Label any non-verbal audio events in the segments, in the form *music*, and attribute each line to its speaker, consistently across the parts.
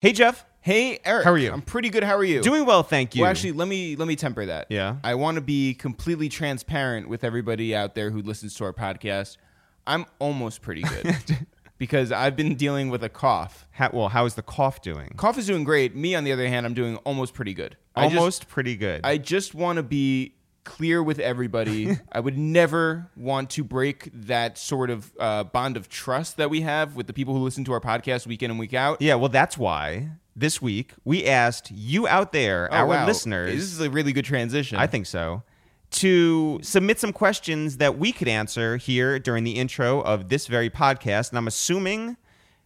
Speaker 1: Hey Jeff,
Speaker 2: Hey Eric,
Speaker 1: How are you?
Speaker 2: I'm pretty good. How are you?
Speaker 1: doing well, thank you.
Speaker 2: Well, actually, let me let me temper that.
Speaker 1: Yeah.
Speaker 2: I want to be completely transparent with everybody out there who listens to our podcast. I'm almost pretty
Speaker 1: *laughs*
Speaker 2: good because I've been dealing with a cough.
Speaker 1: Ha- well, how is the cough doing?
Speaker 2: Cough is doing great. Me, on the other hand, I'm doing almost pretty good. I just-
Speaker 1: Almost pretty good.
Speaker 2: I just want to be clear
Speaker 1: *laughs*
Speaker 2: with everybody. I would never want to break that sort of uh, bond of trust that we have with the people who listen to our podcast week in and week out.
Speaker 1: yeah, well, that's why this week we asked you out there,
Speaker 2: Oh,
Speaker 1: our
Speaker 2: wow.
Speaker 1: listeners,
Speaker 2: This is a really good transition.
Speaker 1: I think so, to submit some questions that we could answer here during the intro of this very podcast. And I'm assuming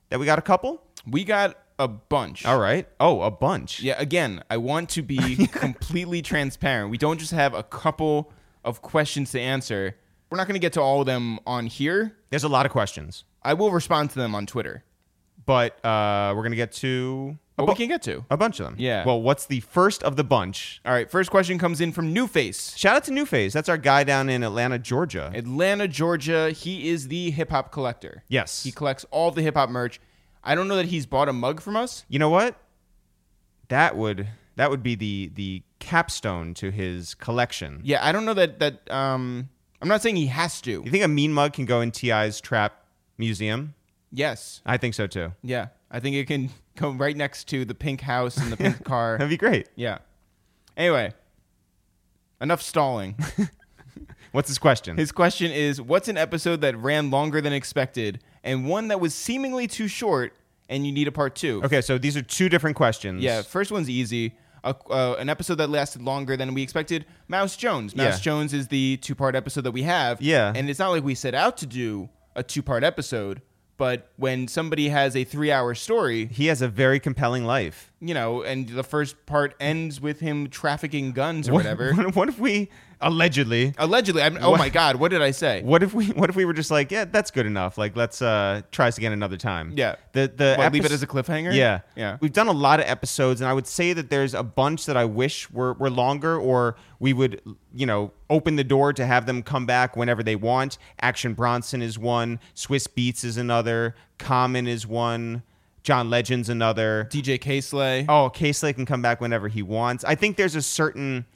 Speaker 1: that we got a couple.
Speaker 2: we got a bunch.
Speaker 1: All right. Oh, a bunch.
Speaker 2: Yeah, again, I want to *laughs* be completely transparent. We don't just have a couple of questions to answer. We're not going to get to all of them on here.
Speaker 1: There's a lot of questions,
Speaker 2: I will respond to them on Twitter.
Speaker 1: but uh, we're going to get to a,
Speaker 2: But
Speaker 1: bu-
Speaker 2: we can get to.
Speaker 1: a bunch of them.
Speaker 2: Yeah.
Speaker 1: Well, what's the first of the bunch?
Speaker 2: All right, first question comes in from New Face,
Speaker 1: Shout out to New Phase. That's our guy down in Atlanta, Georgia.
Speaker 2: Atlanta, Georgia. He is the hip hop collector.
Speaker 1: yes.
Speaker 2: He collects all the hip hop merch. I don't know that he's bought a mug from us.
Speaker 1: you know what? That would that would be the the capstone to his collection.
Speaker 2: Yeah, I don't know that that um I'm not saying he has to.
Speaker 1: You think a mean mug can go in Ti's trap museum?
Speaker 2: Yes.
Speaker 1: I think so too.
Speaker 2: Yeah. I think it can *laughs* come right next to the pink house and
Speaker 1: *laughs*
Speaker 2: the pink car.
Speaker 1: That'd be great.
Speaker 2: Yeah. Anyway,
Speaker 1: *laughs*
Speaker 2: enough stalling.
Speaker 1: What's his question?
Speaker 2: His question is What's an episode that ran longer than expected and one that was seemingly too short and you need a part two?
Speaker 1: okay, so these are two different questions.
Speaker 2: Yeah, first one's easy. A, uh, an episode that lasted longer than we expected Mouse Jones. Mouse
Speaker 1: Yeah.
Speaker 2: Jones is the two part episode that we have.
Speaker 1: Yeah.
Speaker 2: And it's not like we set out to do a two part episode, but when somebody has a three hour story,
Speaker 1: He has a very compelling life.
Speaker 2: you know, and the first part ends with him trafficking guns or
Speaker 1: What-
Speaker 2: *laughs* whatever.
Speaker 1: What, what if we allegedly?
Speaker 2: Allegedly, I'm, oh
Speaker 1: What-
Speaker 2: my God, what did I say?
Speaker 1: What if we? *laughs* What if we were just like, yeah, that's good enough. Like, let's uh try this again another time.
Speaker 2: Yeah.
Speaker 1: The the
Speaker 2: What, leave it
Speaker 1: epis-
Speaker 2: as a cliffhanger?
Speaker 1: Yeah.
Speaker 2: Yeah.
Speaker 1: We've done a lot of episodes, and I would say that there's a bunch that I wish were, were longer, or we would, you know, open the door to have them come back whenever they want. Action Bronson is one, Swiss Beats is another, Common is one, John Legend's another.
Speaker 2: DJ Caseley.
Speaker 1: Oh, Casely can come back whenever he wants. I think there's a certain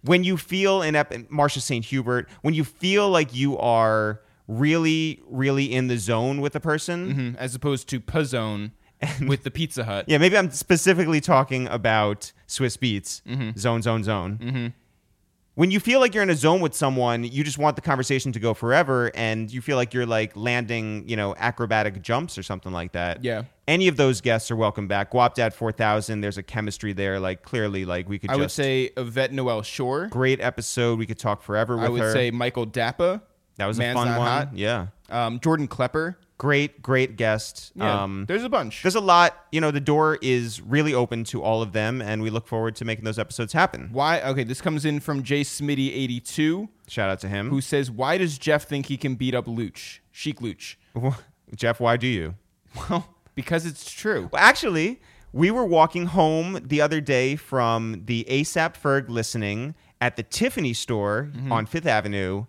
Speaker 1: when you feel in ep- Marsha St. Hubert, when you feel like you are really, really in the zone with a person,
Speaker 2: Mhm, As opposed to Puzzone with the Pizza Hut.
Speaker 1: Yeah, maybe I'm specifically talking about Swiss Beats,
Speaker 2: Mm-hmm.
Speaker 1: zone, zone, zone. When you feel like you're in a zone with someone, you just want the conversation to go forever, and you feel like you're like landing, you know, acrobatic jumps or something like that.
Speaker 2: Yeah.
Speaker 1: Any of those guests are welcome back. Guapdad 4000, there's a chemistry there. Like, clearly, like, we could
Speaker 2: I
Speaker 1: just.
Speaker 2: would say Yvette Noel Shore.
Speaker 1: great episode. We could talk forever with
Speaker 2: I would
Speaker 1: her.
Speaker 2: say Michael Dappa.
Speaker 1: that was a
Speaker 2: Man's
Speaker 1: fun
Speaker 2: Not
Speaker 1: one.
Speaker 2: Hot.
Speaker 1: Yeah.
Speaker 2: Um, Jordan Klepper.
Speaker 1: Great, great guest.
Speaker 2: Yeah,
Speaker 1: Um,
Speaker 2: there's a bunch.
Speaker 1: there's a lot, you know, the door is really open to all of them, and we look forward to making those episodes happen.
Speaker 2: Why? Okay, this comes in from Jay Smitty82,
Speaker 1: Shout out to him.
Speaker 2: who says, "Why does Jeff think he can beat up Luch, Sheik Luch?" *laughs*
Speaker 1: Wh- *laughs* Jeff, why do you?
Speaker 2: Well, because it's true.
Speaker 1: Well, actually, we were walking home the other day from the ASAP Ferg listening at the Tiffany store on Fifth Avenue,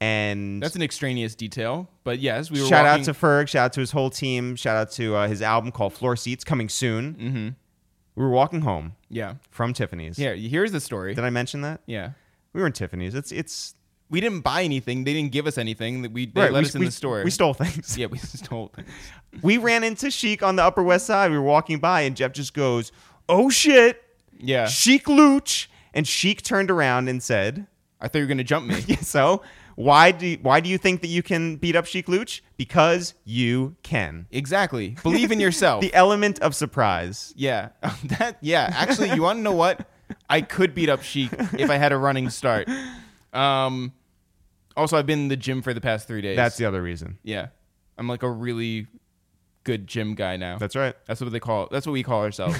Speaker 1: and
Speaker 2: Mm-hmm. That's an extraneous detail, but yes, we were.
Speaker 1: shout
Speaker 2: walking,
Speaker 1: out to Ferg, shout out to his whole team, shout out to uh, his album called Floor Seats coming soon.
Speaker 2: Mm.
Speaker 1: Mm-hmm. We were walking home
Speaker 2: yeah.
Speaker 1: from Tiffany's.
Speaker 2: Here, here's the story.
Speaker 1: Did I mention that?
Speaker 2: Yeah,
Speaker 1: We were in Tiffany's. It's it's
Speaker 2: we didn't buy anything. They didn't give us anything. That we they let
Speaker 1: we,
Speaker 2: us in
Speaker 1: we-
Speaker 2: the store.
Speaker 1: We stole things.
Speaker 2: yeah, we *laughs* stole things.
Speaker 1: We ran into Chic on the Upper West Side. We were walking by, and Jeff just goes, "Oh shit!"
Speaker 2: Yeah,
Speaker 1: Sheik Luch. And Sheik turned around and said, *laughs*
Speaker 2: I thought you were gonna jump me.
Speaker 1: So, why do, why do you think that you can beat up Sheik Luch? Because you can.
Speaker 2: exactly. Believe in yourself.
Speaker 1: *laughs* The element of surprise.
Speaker 2: Yeah, *laughs* that. Yeah, actually, you want to know what? I could beat up Sheik if I had a running start. Um, also, I've been in the gym for the past three days.
Speaker 1: That's the other reason.
Speaker 2: yeah. I'm like a really good gym guy now.
Speaker 1: That's right.
Speaker 2: That's what they call. That's what we
Speaker 1: *laughs*
Speaker 2: call ourselves.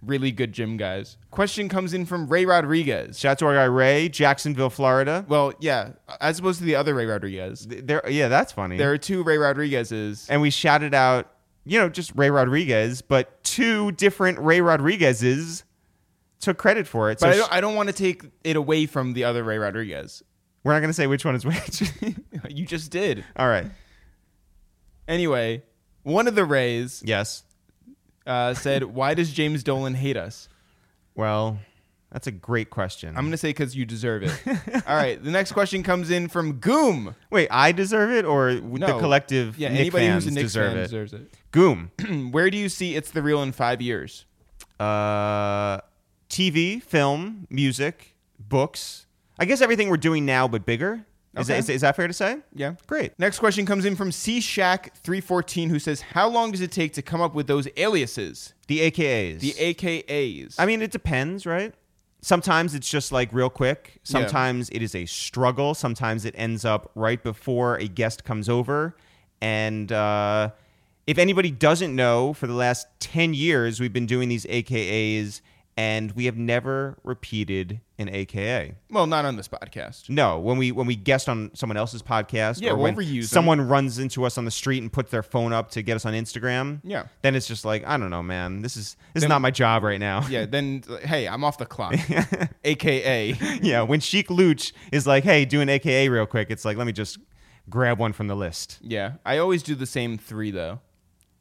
Speaker 2: really good gym guys. Question comes in from Ray Rodriguez.
Speaker 1: Shout out to our guy Ray, Jacksonville, Florida.
Speaker 2: Well, yeah, as opposed to the other Ray Rodriguez,
Speaker 1: Th- There, yeah, that's funny.
Speaker 2: there are two Ray Rodriguezes.
Speaker 1: and we shouted out, you know, just Ray Rodriguez, but two different Ray Rodriguezes took credit for it. So
Speaker 2: But I
Speaker 1: sh-
Speaker 2: don't, I don't want to take it away from the other Ray Rodriguez. *laughs*
Speaker 1: we're not going to say which one is which. *laughs*
Speaker 2: you just did.
Speaker 1: All right.
Speaker 2: Anyway, one of the Rays
Speaker 1: Yes.
Speaker 2: uh,
Speaker 1: *laughs*
Speaker 2: said, "Why does James Dolan hate us?"
Speaker 1: Well, that's a great question.
Speaker 2: I'm gonna say because you deserve
Speaker 1: *laughs*
Speaker 2: it. All right, the next question comes in from Goom.
Speaker 1: Wait, I deserve it, or w- the
Speaker 2: No.
Speaker 1: collective
Speaker 2: Yeah,
Speaker 1: Knick
Speaker 2: anybody
Speaker 1: fans
Speaker 2: who's a Knicks
Speaker 1: deserve
Speaker 2: fan
Speaker 1: it?
Speaker 2: deserves it. *clears throat*
Speaker 1: Goom,
Speaker 2: Where do you see it's the real in five years?
Speaker 1: uh, TV, film, music, books. I guess everything we're doing now, but bigger. Is,
Speaker 2: Okay.
Speaker 1: that, is, is that fair to say?
Speaker 2: Yeah.
Speaker 1: Great.
Speaker 2: Next question comes in from C Shack 314 who says, How long does it take to come up with those aliases?
Speaker 1: The AKAs.
Speaker 2: The AKAs.
Speaker 1: I mean, it depends, right? Sometimes it's just like real quick. Sometimes it is a struggle. Sometimes it ends up right before a guest comes over. And uh, if anybody doesn't know, for the last 10 years, we've been doing these AKAs and we have never repeated an AKA.
Speaker 2: well, not on this podcast.
Speaker 1: No, when we when we guest on someone else's podcast
Speaker 2: Yeah,
Speaker 1: or
Speaker 2: we'll
Speaker 1: when
Speaker 2: reuse them.
Speaker 1: someone runs into us on the street and puts their phone up to get us on Instagram,
Speaker 2: Yeah.
Speaker 1: then it's just like, I don't know, man. This is this
Speaker 2: Then-
Speaker 1: is not my job right now. *laughs*
Speaker 2: Yeah, then, hey, I'm off the *laughs* clock. AKA.
Speaker 1: *laughs* yeah, when Sheik Luch is like, "Hey, do an AKA real quick," it's like, "Let me just grab one from the list,"
Speaker 2: Yeah. I always do the same three, though,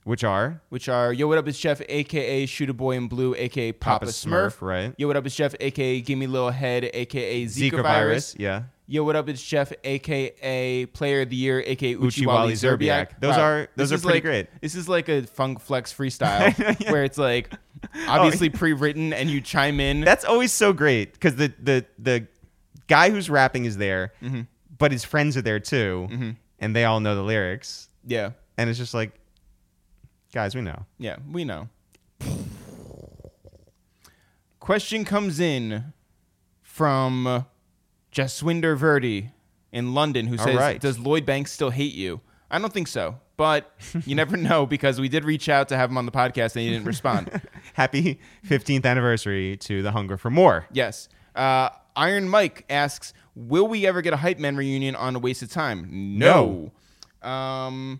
Speaker 1: which are
Speaker 2: which are Yo, what up, it's Chef, AKA Shoot a Boy in Blue, AKA Papa, Smurf.
Speaker 1: right?
Speaker 2: Yo, what up, it's Jeff, AKA Gimme Little Head, AKA Zika,
Speaker 1: Zika, virus.
Speaker 2: virus.
Speaker 1: yeah.
Speaker 2: Yo, what up? It's Jeff, aka Player of the Year, aka Uchiwali
Speaker 1: Uchiwali
Speaker 2: Zerbiak.
Speaker 1: Zerbiak. Those are-
Speaker 2: This
Speaker 1: those are
Speaker 2: is
Speaker 1: pretty
Speaker 2: like-
Speaker 1: great.
Speaker 2: This is like a Funk Flex freestyle
Speaker 1: *laughs*
Speaker 2: *laughs* where it's like
Speaker 1: Oh,
Speaker 2: obviously pre-written and you chime in.
Speaker 1: That's always so great because the the the guy who's rapping is there,
Speaker 2: Mm-hmm.
Speaker 1: but his friends are there too, and they all know the lyrics,
Speaker 2: yeah,
Speaker 1: and it's just like, guys, we know. *laughs*
Speaker 2: yeah, we know. Question comes in from Jaswinder Verdi in London, who
Speaker 1: All
Speaker 2: says,
Speaker 1: right.
Speaker 2: "Does Lloyd Banks still hate you?" I don't think so, but you
Speaker 1: *laughs*
Speaker 2: never know because we did reach out to have him on the podcast and he didn't respond.
Speaker 1: Happy 15th anniversary to the Hunger for More.
Speaker 2: Yes. Uh, Iron Mike asks, "Will we ever get a hype man reunion on a waste of time?"
Speaker 1: No.
Speaker 2: No. Um,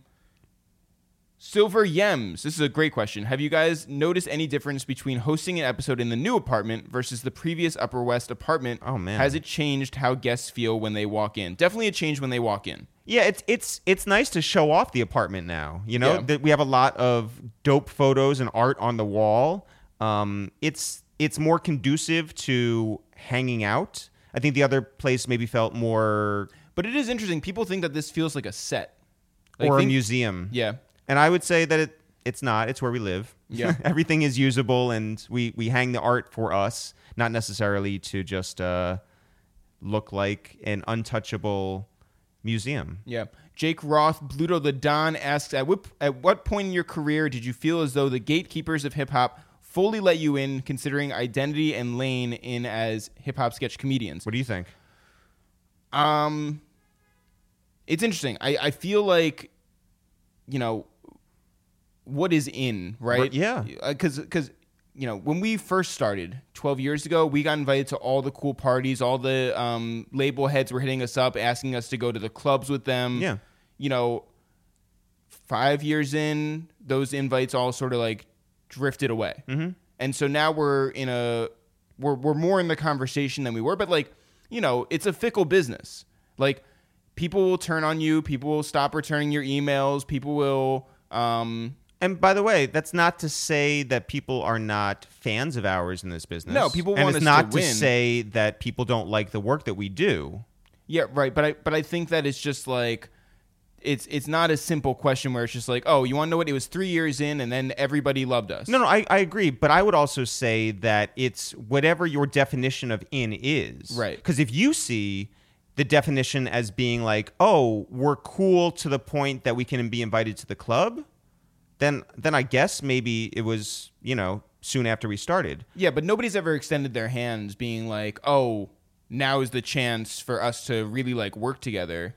Speaker 2: Silver Yems, this is a great question. Have you guys noticed any difference between hosting an episode in the new apartment versus the previous Upper West apartment?
Speaker 1: Oh, man.
Speaker 2: has it changed how guests feel when they walk in? Definitely a change when they walk in.
Speaker 1: Yeah, it's it's it's nice to show off the apartment now. You know
Speaker 2: Yeah.
Speaker 1: that we have a lot of dope photos and art on the wall. Um, it's it's more conducive to hanging out. I think the other place maybe felt more
Speaker 2: But it is interesting. People think that this feels like a set Like,
Speaker 1: or a
Speaker 2: think-
Speaker 1: museum.
Speaker 2: Yeah,
Speaker 1: And I would say that it it's not. It's where we live.
Speaker 2: Yeah.
Speaker 1: *laughs* everything is usable, and we we hang the art for us, not necessarily to just uh, look like an untouchable museum.
Speaker 2: Yeah. Jake Roth, Bluto the Don asks at what, at what point in your career did you feel as though the gatekeepers of hip hop fully let you in, considering identity and lane in as hip hop sketch comedians?
Speaker 1: What do you think?
Speaker 2: Um, it's interesting. I, I feel like, you know, what is in, right?
Speaker 1: Yeah.
Speaker 2: Because, because, Uh, you know, when we first started 12 years ago, we got invited to all the cool parties. All the um, label heads were hitting us up, asking us to go to the clubs with them
Speaker 1: Yeah.
Speaker 2: you know, five years in, those invites all sort of like drifted away. Mm-hmm. And so now we're in a, we're, we're more in the conversation than we were. But like, you know, it's a fickle business. Like, people will turn on you, people will stop returning your emails, people will, um,
Speaker 1: And by the way, that's not to say that people are not fans of ours in this business.
Speaker 2: No, people
Speaker 1: and
Speaker 2: want
Speaker 1: it's
Speaker 2: us
Speaker 1: not
Speaker 2: to win.
Speaker 1: say that people don't like the work that we do.
Speaker 2: Yeah, right. But I but I think that it's just like it's it's not a simple question where it's just like, oh, you want to know what? It was three years in, and then everybody loved us.
Speaker 1: No, no, I, I agree, but I would also say that it's whatever your definition of in is.
Speaker 2: Right.
Speaker 1: Because if you see the definition as being like, oh, we're cool to the point that we can be invited to the club, then then I guess maybe it was, you know, soon after we started.
Speaker 2: Yeah, but nobody's ever extended their hands being like, "Oh, now is the chance for us to really like work together."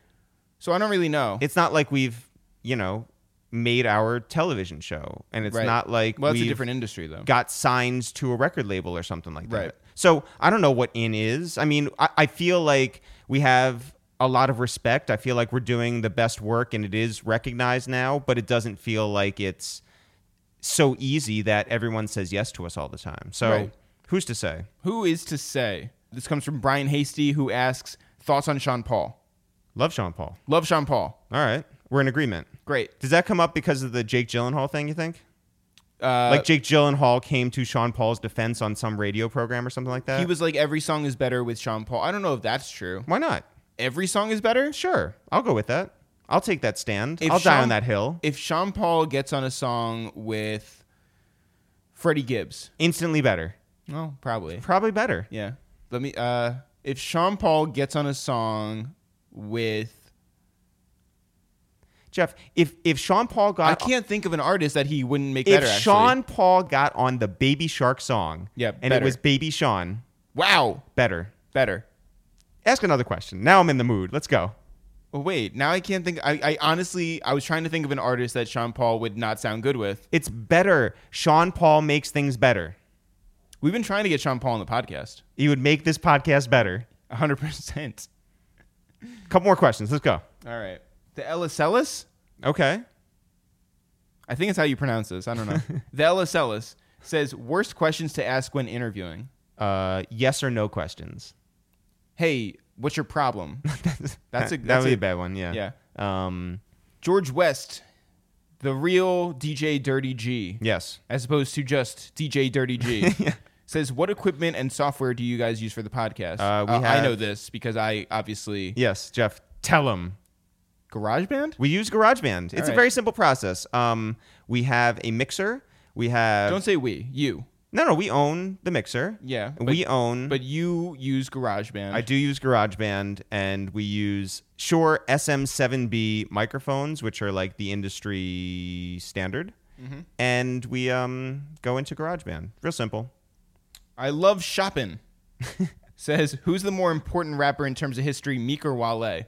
Speaker 2: So I don't really know.
Speaker 1: it's not like we've you know made our television show and it's
Speaker 2: Right.
Speaker 1: not like
Speaker 2: well, it's a
Speaker 1: we've
Speaker 2: different industry though.
Speaker 1: got signs to a record label or something like that
Speaker 2: Right.
Speaker 1: so i don't know what in is i mean I, I feel like we have a lot of respect i feel like we're doing the best work and it is recognized now but it doesn't feel like it's so easy that everyone says yes to us all the time so
Speaker 2: Right.
Speaker 1: who's to say
Speaker 2: Who is to say? This comes from Brian Hasty who asks thoughts on Sean Paul.
Speaker 1: love sean paul
Speaker 2: Love Sean Paul.
Speaker 1: all right we're in agreement
Speaker 2: Great.
Speaker 1: does that come up because of the jake gyllenhaal thing you think
Speaker 2: Uh,
Speaker 1: like Jake Gyllenhaal came to Sean Paul's defense on some radio program or something like that.
Speaker 2: he was like every song is better with Sean Paul. I don't know if that's true.
Speaker 1: Why not?
Speaker 2: Every song is better.
Speaker 1: Sure, I'll go with that. I'll take that stand.
Speaker 2: If
Speaker 1: I'll die
Speaker 2: Sean-
Speaker 1: on that hill.
Speaker 2: If Sean Paul gets on a song with Freddie Gibbs,
Speaker 1: Instantly better.
Speaker 2: well, probably.
Speaker 1: Probably better.
Speaker 2: Yeah. Let me. Uh, if Sean Paul gets on a song with,
Speaker 1: Jeff, if if Sean Paul
Speaker 2: I
Speaker 1: got
Speaker 2: can't think of an artist that he wouldn't make
Speaker 1: Uh, if
Speaker 2: better. actually.
Speaker 1: Sean Paul got on the Baby Shark song,
Speaker 2: Yeah,
Speaker 1: and it
Speaker 2: better.
Speaker 1: was Baby Sean,
Speaker 2: wow,
Speaker 1: better.
Speaker 2: better.
Speaker 1: Ask another question. Now I'm in the mood. Let's go.
Speaker 2: Well, Oh, wait, now I can't think. I, I honestly, I was trying to think of an artist that Sean Paul would not sound good with.
Speaker 1: It's better. Sean Paul makes things better.
Speaker 2: We've been trying to get Sean Paul on the podcast.
Speaker 1: He would make this podcast better.
Speaker 2: 100%.
Speaker 1: Couple more questions. Let's go.
Speaker 2: All right. The Ellis
Speaker 1: Okay.
Speaker 2: I think it's how you pronounce this. I don't
Speaker 1: *laughs*
Speaker 2: know. the Ellis says worst questions to ask when interviewing.
Speaker 1: Uh, yes or no questions.
Speaker 2: Hey, what's
Speaker 1: *laughs*
Speaker 2: your problem? *laughs* That's a-
Speaker 1: that
Speaker 2: that's
Speaker 1: would be
Speaker 2: a-
Speaker 1: a bad one. Yeah.
Speaker 2: yeah.
Speaker 1: Yeah. Um.
Speaker 2: George West, the real DJ Dirty G,
Speaker 1: Yes.
Speaker 2: as opposed to just DJ
Speaker 1: *laughs*
Speaker 2: Dirty G, says what equipment and software do you guys use for the podcast?
Speaker 1: Uh, we
Speaker 2: I
Speaker 1: have-
Speaker 2: know this because I obviously
Speaker 1: Yes. Jeff, tell him.
Speaker 2: GarageBand.
Speaker 1: We use GarageBand. It's a
Speaker 2: right.
Speaker 1: very simple process. Um, we have a mixer. We have
Speaker 2: Don't say we, you.
Speaker 1: no, no. We own the mixer.
Speaker 2: Yeah,
Speaker 1: we own.
Speaker 2: But you use GarageBand.
Speaker 1: I do use GarageBand, and we use Shure SM7B microphones, which are like the industry standard.
Speaker 2: Mm-hmm.
Speaker 1: And we um, go into GarageBand. Real simple.
Speaker 2: I
Speaker 1: *laughs*
Speaker 2: love shopping. Says who's the more important rapper in terms of history, Meek or Wale?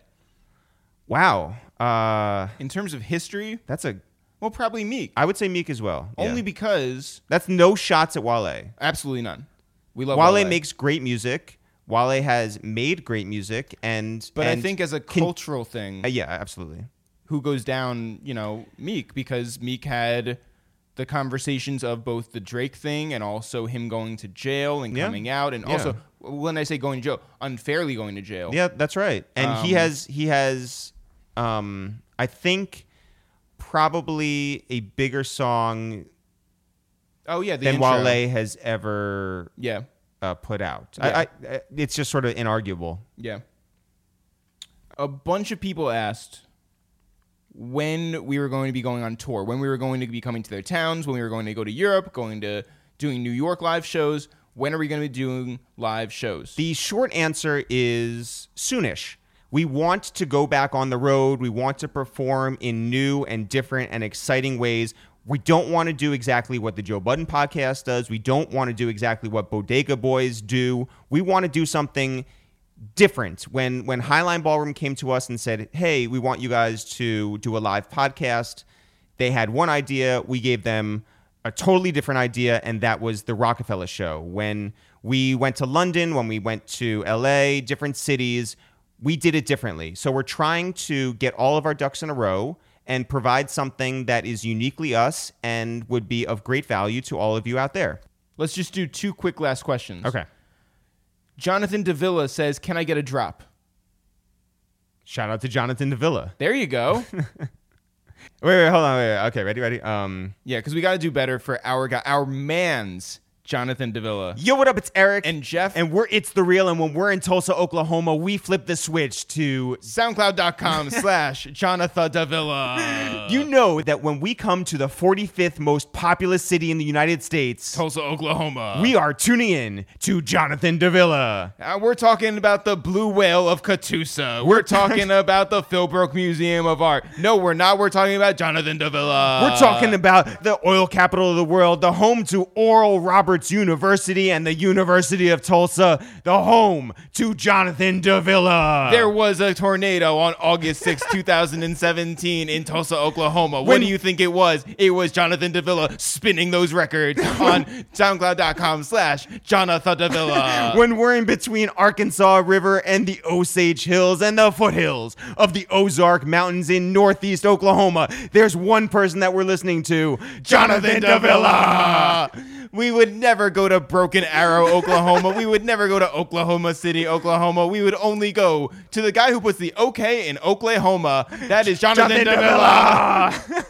Speaker 1: Wow. Uh,
Speaker 2: In terms of history,
Speaker 1: that's a.
Speaker 2: well, probably Meek.
Speaker 1: I would say Meek as well. Yeah.
Speaker 2: Only because
Speaker 1: that's no shots at Wale.
Speaker 2: absolutely none. We love
Speaker 1: Wale,
Speaker 2: Wale
Speaker 1: makes great music. Wale has made great music, and
Speaker 2: but I
Speaker 1: and-
Speaker 2: think as a
Speaker 1: con-
Speaker 2: cultural thing,
Speaker 1: uh, yeah, absolutely.
Speaker 2: who goes down, you know, Meek because Meek had the conversations of both the Drake thing and also him going to jail and
Speaker 1: Yeah.
Speaker 2: coming out, and
Speaker 1: Yeah.
Speaker 2: also when I say going to jail, unfairly going to jail.
Speaker 1: Yeah, that's right. And he
Speaker 2: Oh. Um,
Speaker 1: has he has um I think probably a bigger song
Speaker 2: Oh yeah, the
Speaker 1: than
Speaker 2: intro.
Speaker 1: Wale has ever
Speaker 2: Yeah,
Speaker 1: uh, put out.
Speaker 2: Yeah.
Speaker 1: I, I, it's just sort of inarguable.
Speaker 2: yeah. A bunch of people asked when we were going to be going on tour, when we were going to be coming to their towns, when we were going to go to Europe, going to doing New York live shows. When are we going to be doing live shows?
Speaker 1: The short answer is soonish. We want to go back on the road. We want to perform in new and different and exciting ways. We don't want to do exactly what the Joe Budden podcast does. We don't want to do exactly what Bodega Boys do. We want to do something different. When when Highline Ballroom came to us and said, "Hey, we want you guys to do a live podcast." They had one idea. We gave them a totally different idea, and that was the Rockefeller show. When we went to London, when we went to LA, different cities, we did it differently. So we're trying to get all of our ducks in a row and provide something that is uniquely us and would be of great value to all of you out there.
Speaker 2: Let's just do two quick last questions. Jonathan Davila says, "Can I get a drop?"
Speaker 1: Shout out to Jonathan Davila.
Speaker 2: There you go.
Speaker 1: Wait, wait, hold on. Wait, wait. Okay, ready, ready. Um,
Speaker 2: yeah, because we got to do better for our guy, our man's Jonathan Davila
Speaker 1: yo, what up? It's Eric
Speaker 2: and Jeff. And
Speaker 1: and we're it's the real. And when we're in Tulsa, Oklahoma, we flip the switch to
Speaker 2: SoundCloud.com slash Jonathan Davila,
Speaker 1: You know that when we come to the 45th most populous city in the United States,
Speaker 2: Tulsa, Oklahoma. We
Speaker 1: we are tuning in to Jonathan Davila.
Speaker 2: uh, we're talking about the blue whale of
Speaker 1: *laughs*
Speaker 2: Catoosa. We're talking about the Philbrook Museum of Art. No, we're not. We're talking about Jonathan Davila.
Speaker 1: We're talking about the oil capital of the world, the home to Oral Roberts University and the University of Tulsa, the home to Jonathan Davila.
Speaker 2: There was a tornado on August *laughs* 6, 2017 in Tulsa, Oklahoma. what
Speaker 1: When-
Speaker 2: do you think it was? It was Jonathan Davila spinning those
Speaker 1: *laughs*
Speaker 2: records on SoundCloud.com slash Jonathan
Speaker 1: *laughs*
Speaker 2: Davila.
Speaker 1: when we're in between Arkansas River and the Osage Hills and the foothills of the Ozark Mountains in northeast Oklahoma, there's one person that we're listening to, Jonathan Davila.
Speaker 2: We would never go to Broken Arrow, Oklahoma. we would never go to Oklahoma City, Oklahoma. We would only go to the guy who puts the OK in Oklahoma. That is Jonathan,
Speaker 1: Jonathan
Speaker 2: Davila.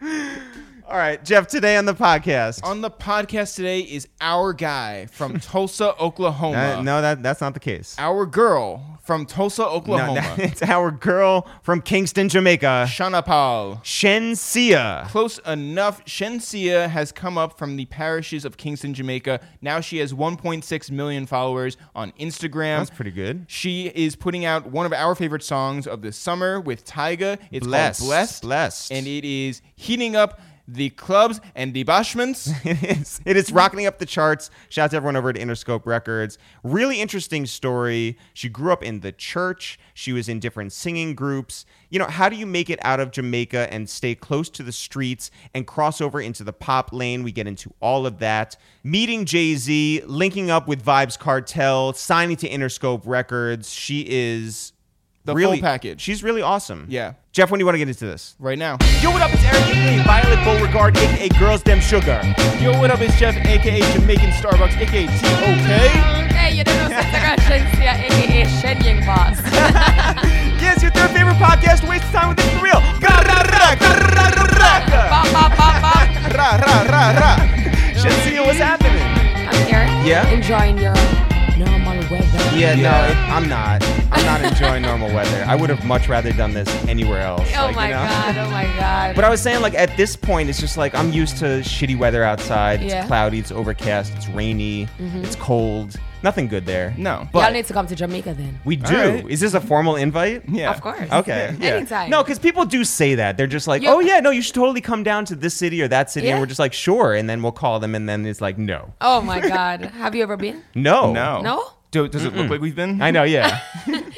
Speaker 1: Davila. *laughs* All right, Jeff, today on the podcast.
Speaker 2: On the podcast today is our guy
Speaker 1: *laughs*
Speaker 2: from Tulsa, Oklahoma.
Speaker 1: Uh, no, that that's not the case.
Speaker 2: Our girl from Tulsa,
Speaker 1: No,
Speaker 2: Oklahoma.
Speaker 1: no, *laughs* it's our girl from Kingston, Jamaica,
Speaker 2: Shana Paul.
Speaker 1: Shensia.
Speaker 2: Close enough. Shensia has come up from the parishes of Kingston, Jamaica. Now she has 1.6 million followers on Instagram.
Speaker 1: That's pretty good.
Speaker 2: She is putting out one of our favorite songs of the summer with Tyga. It's
Speaker 1: Blessed,
Speaker 2: called Blessed.
Speaker 1: Blessed.
Speaker 2: And it is heating up the clubs and
Speaker 1: *laughs*
Speaker 2: the bashments.
Speaker 1: it is. It is rocketing up the charts. Shout out to everyone over at Interscope Records. Really interesting story. She grew up in the church. She was in different singing groups. You know, how do you make it out of Jamaica and stay close to the streets and cross over into the pop lane? We get into all of that. Meeting Jay Z, linking up with Vibes Cartel, signing to Interscope Records. She is
Speaker 2: The full
Speaker 1: really,
Speaker 2: package.
Speaker 1: She's really awesome.
Speaker 2: Yeah.
Speaker 1: Jeff, when do you want to get into this?
Speaker 2: right now.
Speaker 1: Yo, what up? It's Eric, aka Violet Beauregard, aka Girls Dem Sugar.
Speaker 2: Yo, what up? It's Jeff, aka Jamaican Starbucks, aka TOK.
Speaker 3: Hey, you don't know Instagram Shensia, aka Shen Ying Boss.
Speaker 1: Yes, your third favorite podcast wastes time with it for real. Ra
Speaker 3: Bop, bop, bop, bop.
Speaker 1: ra ra ra. Shensia, what's happening?
Speaker 3: I'm here.
Speaker 1: Yeah?
Speaker 3: Enjoying your normal weather.
Speaker 1: Yeah, no,
Speaker 2: Yeah.
Speaker 1: it- I'm not. I'm not enjoying normal weather. I would have much rather done this anywhere else.
Speaker 3: Oh
Speaker 1: like,
Speaker 3: my
Speaker 1: you know?
Speaker 3: god, oh my god.
Speaker 1: But uh, I was saying, like, at this point, it's just like I'm used to shitty weather outside. It's
Speaker 3: Yeah. Mm-hmm.
Speaker 1: cloudy, it's overcast, it's rainy, it's cold. Nothing good there.
Speaker 2: No.
Speaker 3: Y'all
Speaker 1: but
Speaker 3: need to come to Jamaica then.
Speaker 1: we do.
Speaker 2: right.
Speaker 1: Is this a formal invite?
Speaker 2: Yeah.
Speaker 3: Of course.
Speaker 2: *laughs*
Speaker 1: Okay. yeah.
Speaker 3: Anytime.
Speaker 1: No, because people do say that. They're just like,
Speaker 3: Yeah.
Speaker 1: oh, yeah, no, you should totally come down to this city or that city. And
Speaker 3: Yeah.
Speaker 1: we're just like, sure. And then we'll call them. And then it's like, no.
Speaker 3: Oh my god. Have you ever been?
Speaker 1: No.
Speaker 2: No.
Speaker 3: No?
Speaker 2: Do, does it look like we've been?
Speaker 1: I know,
Speaker 3: *laughs*
Speaker 1: yeah.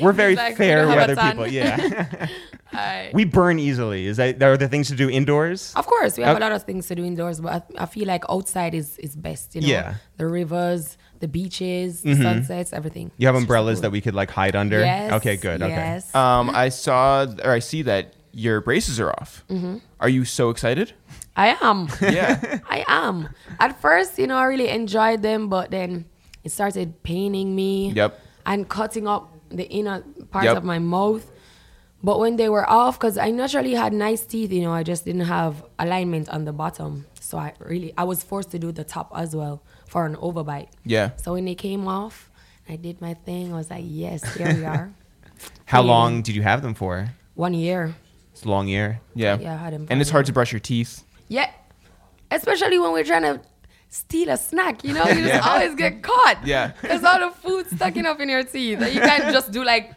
Speaker 1: we're very
Speaker 3: Like, we
Speaker 1: fair
Speaker 3: don't have a
Speaker 1: weather
Speaker 3: ton.
Speaker 1: people. Yeah. *laughs*
Speaker 3: I-
Speaker 1: we burn easily. Is that, are there things to do indoors?
Speaker 3: Of course, we have
Speaker 1: Okay.
Speaker 3: a lot of things to do indoors, but I, I feel like outside is, is best, you know?
Speaker 1: Yeah. Mm-hmm.
Speaker 3: The rivers, the beaches, the sunsets, everything.
Speaker 1: You have
Speaker 3: It's just
Speaker 1: umbrellas
Speaker 3: good.
Speaker 1: that we could like hide under?
Speaker 3: Yes.
Speaker 1: Okay, good. Okay.
Speaker 3: Yes.
Speaker 2: Um, I saw or I see that your braces are off.
Speaker 3: Mm-hmm.
Speaker 2: Are you so excited?
Speaker 3: I am.
Speaker 2: Yeah.
Speaker 3: *laughs* I am. At first, you know, I really enjoyed them, but then it started paining me.
Speaker 2: Yep.
Speaker 3: And cutting up the inner parts
Speaker 2: Yep.
Speaker 3: of my mouth. But when they were off, because I naturally had nice teeth, you know, I just didn't have alignment on the bottom. So I really, I was forced to do the top as well for an overbite.
Speaker 2: Yeah.
Speaker 3: So when they came off, I did my thing. I was like, yes, here
Speaker 2: *laughs*
Speaker 3: we are.
Speaker 1: How
Speaker 3: Yeah.
Speaker 1: long did you have them for?
Speaker 3: One year.
Speaker 1: It's a long year.
Speaker 2: Yeah.
Speaker 3: Yeah, I had them
Speaker 2: and it's
Speaker 3: probably.
Speaker 2: hard to brush your teeth.
Speaker 3: Yeah. Especially when we're trying to steal a snack, you know,
Speaker 2: *laughs*
Speaker 3: you just
Speaker 2: Yeah.
Speaker 3: always get caught. *laughs*
Speaker 2: Yeah.
Speaker 3: Because all the food stuck up in your teeth. And you can't just do like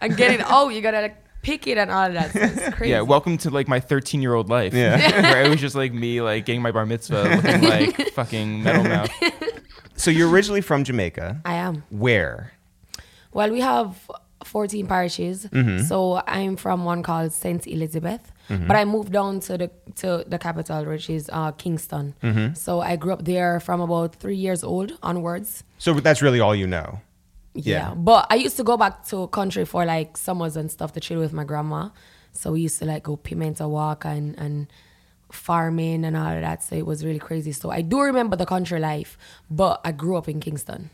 Speaker 3: and get it out. You gotta like pick it and all that. So it's crazy.
Speaker 2: *laughs* Yeah. Welcome to like my 13 year old life.
Speaker 1: Yeah.
Speaker 2: *laughs* where it was just like me like getting my bar mitzvah
Speaker 1: *laughs*
Speaker 2: looking like fucking metal mouth.
Speaker 1: So you're originally from Jamaica.
Speaker 3: I am.
Speaker 1: Where?
Speaker 3: Well, we have 14 parishes.
Speaker 2: Mm-hmm.
Speaker 3: So I'm from one called St. Elizabeth. But I moved down to the to the capital, which is uh, Kingston.
Speaker 2: Mm-hmm.
Speaker 3: So I grew up there from about three years old onwards.
Speaker 1: So that's really all you know.
Speaker 3: Yeah.
Speaker 1: Yeah.
Speaker 3: But I used to go back to country for like summers and stuff to chill with my grandma. So we used to like go pimento walk and, and farming and all of that. So it was really crazy. So I do remember the country life, but I grew up in Kingston.